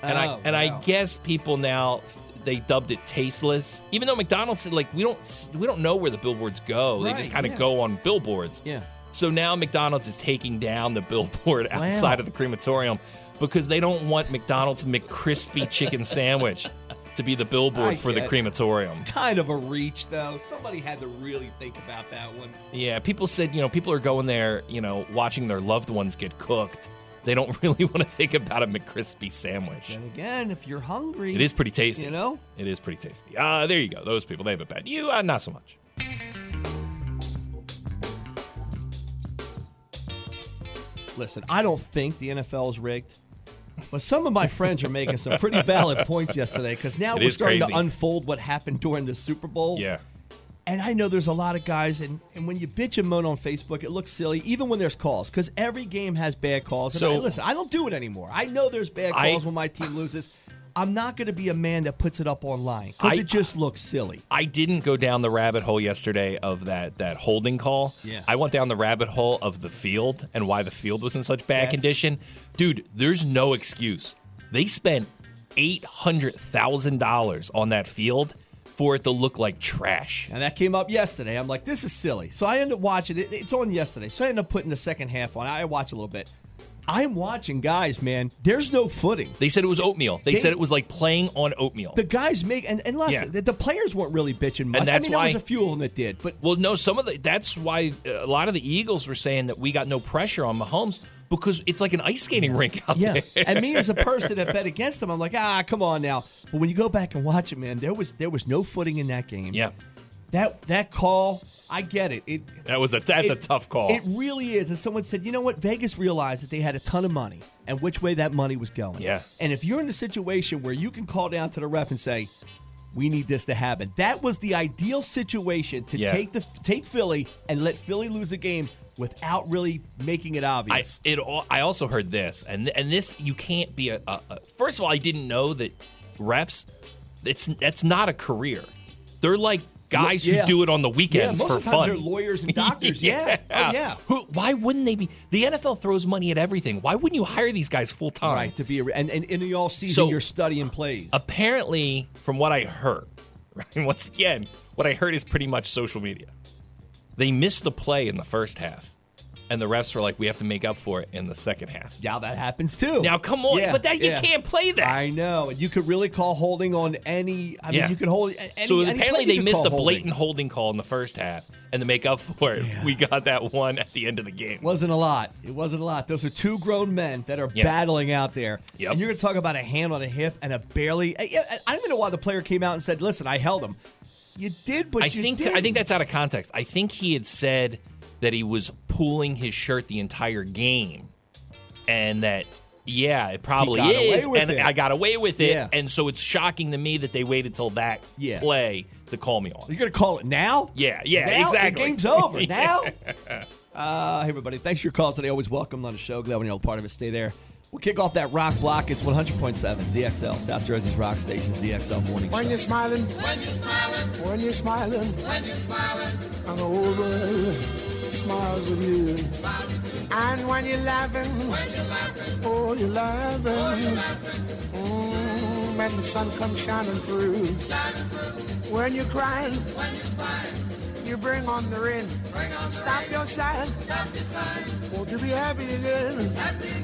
Speaker 3: and I
Speaker 2: Oh,
Speaker 3: and I
Speaker 2: wow.
Speaker 3: guess people now they dubbed it tasteless. Even though McDonald's said like we don't s- we don't know where the billboards go. they just
Speaker 2: Right,
Speaker 3: kind of
Speaker 2: yeah.
Speaker 3: go on billboards.
Speaker 2: Yeah.
Speaker 3: So now McDonald's is taking down the billboard [laughs]
Speaker 2: Wow.
Speaker 3: outside of the crematorium because they don't want McDonald's McCrispy
Speaker 2: [laughs]
Speaker 3: chicken sandwich to be the billboard
Speaker 2: I
Speaker 3: for the
Speaker 2: get it.
Speaker 3: crematorium.
Speaker 2: Kind of a reach, though. Somebody had to really think about that one.
Speaker 3: Yeah, people said, you know, people are going there, you know, watching their loved ones get cooked. They don't [laughs] really want to think about a McCrispy sandwich.
Speaker 2: Then again, if you're hungry,
Speaker 3: It is pretty tasty.
Speaker 2: You know,
Speaker 3: It is pretty tasty. Ah, there you go. Those people, they have it bad. You, uh, not so much.
Speaker 2: listen, I don't think the NFL is rigged, but some of my friends are making some pretty valid points yesterday because now
Speaker 3: It
Speaker 2: we're
Speaker 3: is
Speaker 2: starting to
Speaker 3: crazy.
Speaker 2: unfold what happened during the Super Bowl.
Speaker 3: Yeah.
Speaker 2: And I know there's a lot of guys, and, and when you bitch and moan on Facebook, it looks silly, even when there's calls, because every game has bad calls. And
Speaker 3: So-
Speaker 2: I- listen, I don't do it anymore. I know there's bad
Speaker 3: I-
Speaker 2: calls when my team loses. I'm not going to be a man that puts it up online because
Speaker 3: I-
Speaker 2: it just looks silly.
Speaker 3: I didn't go down the rabbit hole yesterday of that that holding call.
Speaker 2: Yeah.
Speaker 3: I went down the rabbit hole of the field and why the field was in such bad
Speaker 2: Yes.
Speaker 3: condition. Dude, there's no excuse. They spent eight hundred thousand dollars on that field for it to look like trash.
Speaker 2: And that came up yesterday. I'm like, this is silly. So I end up watching it. It's on yesterday. So I end up putting the second half on. I watch a little bit. I'm watching guys, man. There's no footing.
Speaker 3: They said it was oatmeal. They
Speaker 2: They-
Speaker 3: said it was like playing on oatmeal.
Speaker 2: The guys make and, and less
Speaker 3: Yeah.
Speaker 2: the, the players weren't really bitching much.
Speaker 3: and
Speaker 2: I
Speaker 3: that's
Speaker 2: mean,
Speaker 3: why
Speaker 2: there was a few of them that did,
Speaker 3: [laughs]
Speaker 2: but
Speaker 3: Well, no, some of the that's why uh, a lot of the Eagles were saying that we got no pressure on Mahomes because it's like an ice skating rink out
Speaker 2: yeah.
Speaker 3: there. [laughs]
Speaker 2: and me as a person that bet against them, I'm like, ah, come on now. But when you go back and watch it, man, there was there was no footing in that game.
Speaker 3: yeah.
Speaker 2: That that call, I get it. It
Speaker 3: That was a that's a
Speaker 2: It-
Speaker 3: tough call.
Speaker 2: It really is. And someone said, you know what? Vegas realized that they had a ton of money and which way that money was going.
Speaker 3: Yeah.
Speaker 2: And if you're in a situation where you can call down to the ref and say, we need this to happen. That was the ideal situation to
Speaker 3: Yeah.
Speaker 2: take the take Philly and let Philly lose the game without really making it
Speaker 3: I
Speaker 2: obvious.
Speaker 3: it al- I also heard this, and and this you can't be a, a, a. First of all, I didn't know that refs. It's that's not a career. They're like guys
Speaker 2: Yeah.
Speaker 3: who do it on the weekends
Speaker 2: yeah, most
Speaker 3: for
Speaker 2: of the times
Speaker 3: fun.
Speaker 2: they're lawyers
Speaker 3: [laughs]
Speaker 2: and doctors. yeah. Oh, yeah.
Speaker 3: Who, why wouldn't they be? The NFL throws money at everything. Why wouldn't you hire these guys full time?
Speaker 2: Right to be a, and, and in the all season
Speaker 3: So-
Speaker 2: you're studying plays.
Speaker 3: Apparently, from what I heard, [laughs] right, once again, what I heard is pretty much social media. They missed the play in the first half, and the refs were like, "We have to make up for it in the second half."
Speaker 2: now that happens too.
Speaker 3: Now, come on,
Speaker 2: Yeah,
Speaker 3: but that you
Speaker 2: yeah.
Speaker 3: can't play that.
Speaker 2: I know, and you could really call holding on any. I mean,
Speaker 3: Yeah.
Speaker 2: you could hold. a- Any,
Speaker 3: so
Speaker 2: any play
Speaker 3: apparently
Speaker 2: you
Speaker 3: they
Speaker 2: could
Speaker 3: missed
Speaker 2: call
Speaker 3: a
Speaker 2: holding.
Speaker 3: blatant holding call in the first half, and to make [laughs] up for it, we got that one at the end of the game.
Speaker 2: Wasn't a lot. It wasn't a lot. Those are two grown men that are
Speaker 3: Yeah.
Speaker 2: battling out there.
Speaker 3: Yep.
Speaker 2: And you're going to talk about a hand on a hip and a barely. I, I, I don't know why the player came out and said, "Listen, I held him." You did, but
Speaker 3: I
Speaker 2: you
Speaker 3: think I
Speaker 2: didn't.
Speaker 3: think that's out of context. I think he had said that he was pulling his shirt the entire game, and that yeah, it probably
Speaker 2: got away
Speaker 3: is,
Speaker 2: with
Speaker 3: and
Speaker 2: it.
Speaker 3: I got away with it,
Speaker 2: Yeah.
Speaker 3: and so it's shocking to me that they waited till that
Speaker 2: Yeah.
Speaker 3: play to call me on.
Speaker 2: you're going to call it now.
Speaker 3: Yeah, yeah,
Speaker 2: Now?
Speaker 3: exactly.
Speaker 2: The game's over
Speaker 3: [laughs] Yeah.
Speaker 2: now. Uh, hey, everybody. Thanks for your calls today. Always welcome on the show. Glad when you're all part of it. Stay there. We'll kick off that rock block. It's 100.7 ZXL, South Jersey's rock station, ZXL Morning
Speaker 11: When
Speaker 2: Show.
Speaker 11: you're smiling, when you're smiling, when you're smiling, when you're smiling, and the whole world smiles with you. And when you're laughing, when you're laughing, oh, you're laughing. Mm, when the sun comes shining through. When you're crying, when you're crying, you bring on the rain. Stop your sighing. Stop your sighing. Won't you be happy again?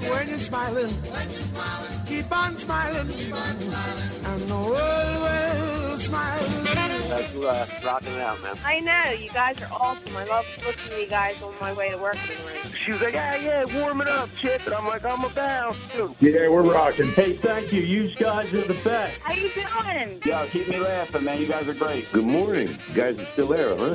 Speaker 11: When you're smiling, when you're smiling, keep on smiling. Keep on smiling. And the world will smile.
Speaker 9: That's uh, rocking out, man.
Speaker 12: I know, you guys are awesome. I love listening to you guys on my way to work in the morning.
Speaker 9: She was like, yeah, yeah, warm it up, chick. And I'm like, I'm about to.
Speaker 13: Yeah, we're rocking. Hey, thank you. You guys are the best.
Speaker 12: How you doing?
Speaker 9: Yo, keep me laughing, man. You guys are great.
Speaker 14: Good morning. You guys are still there, huh?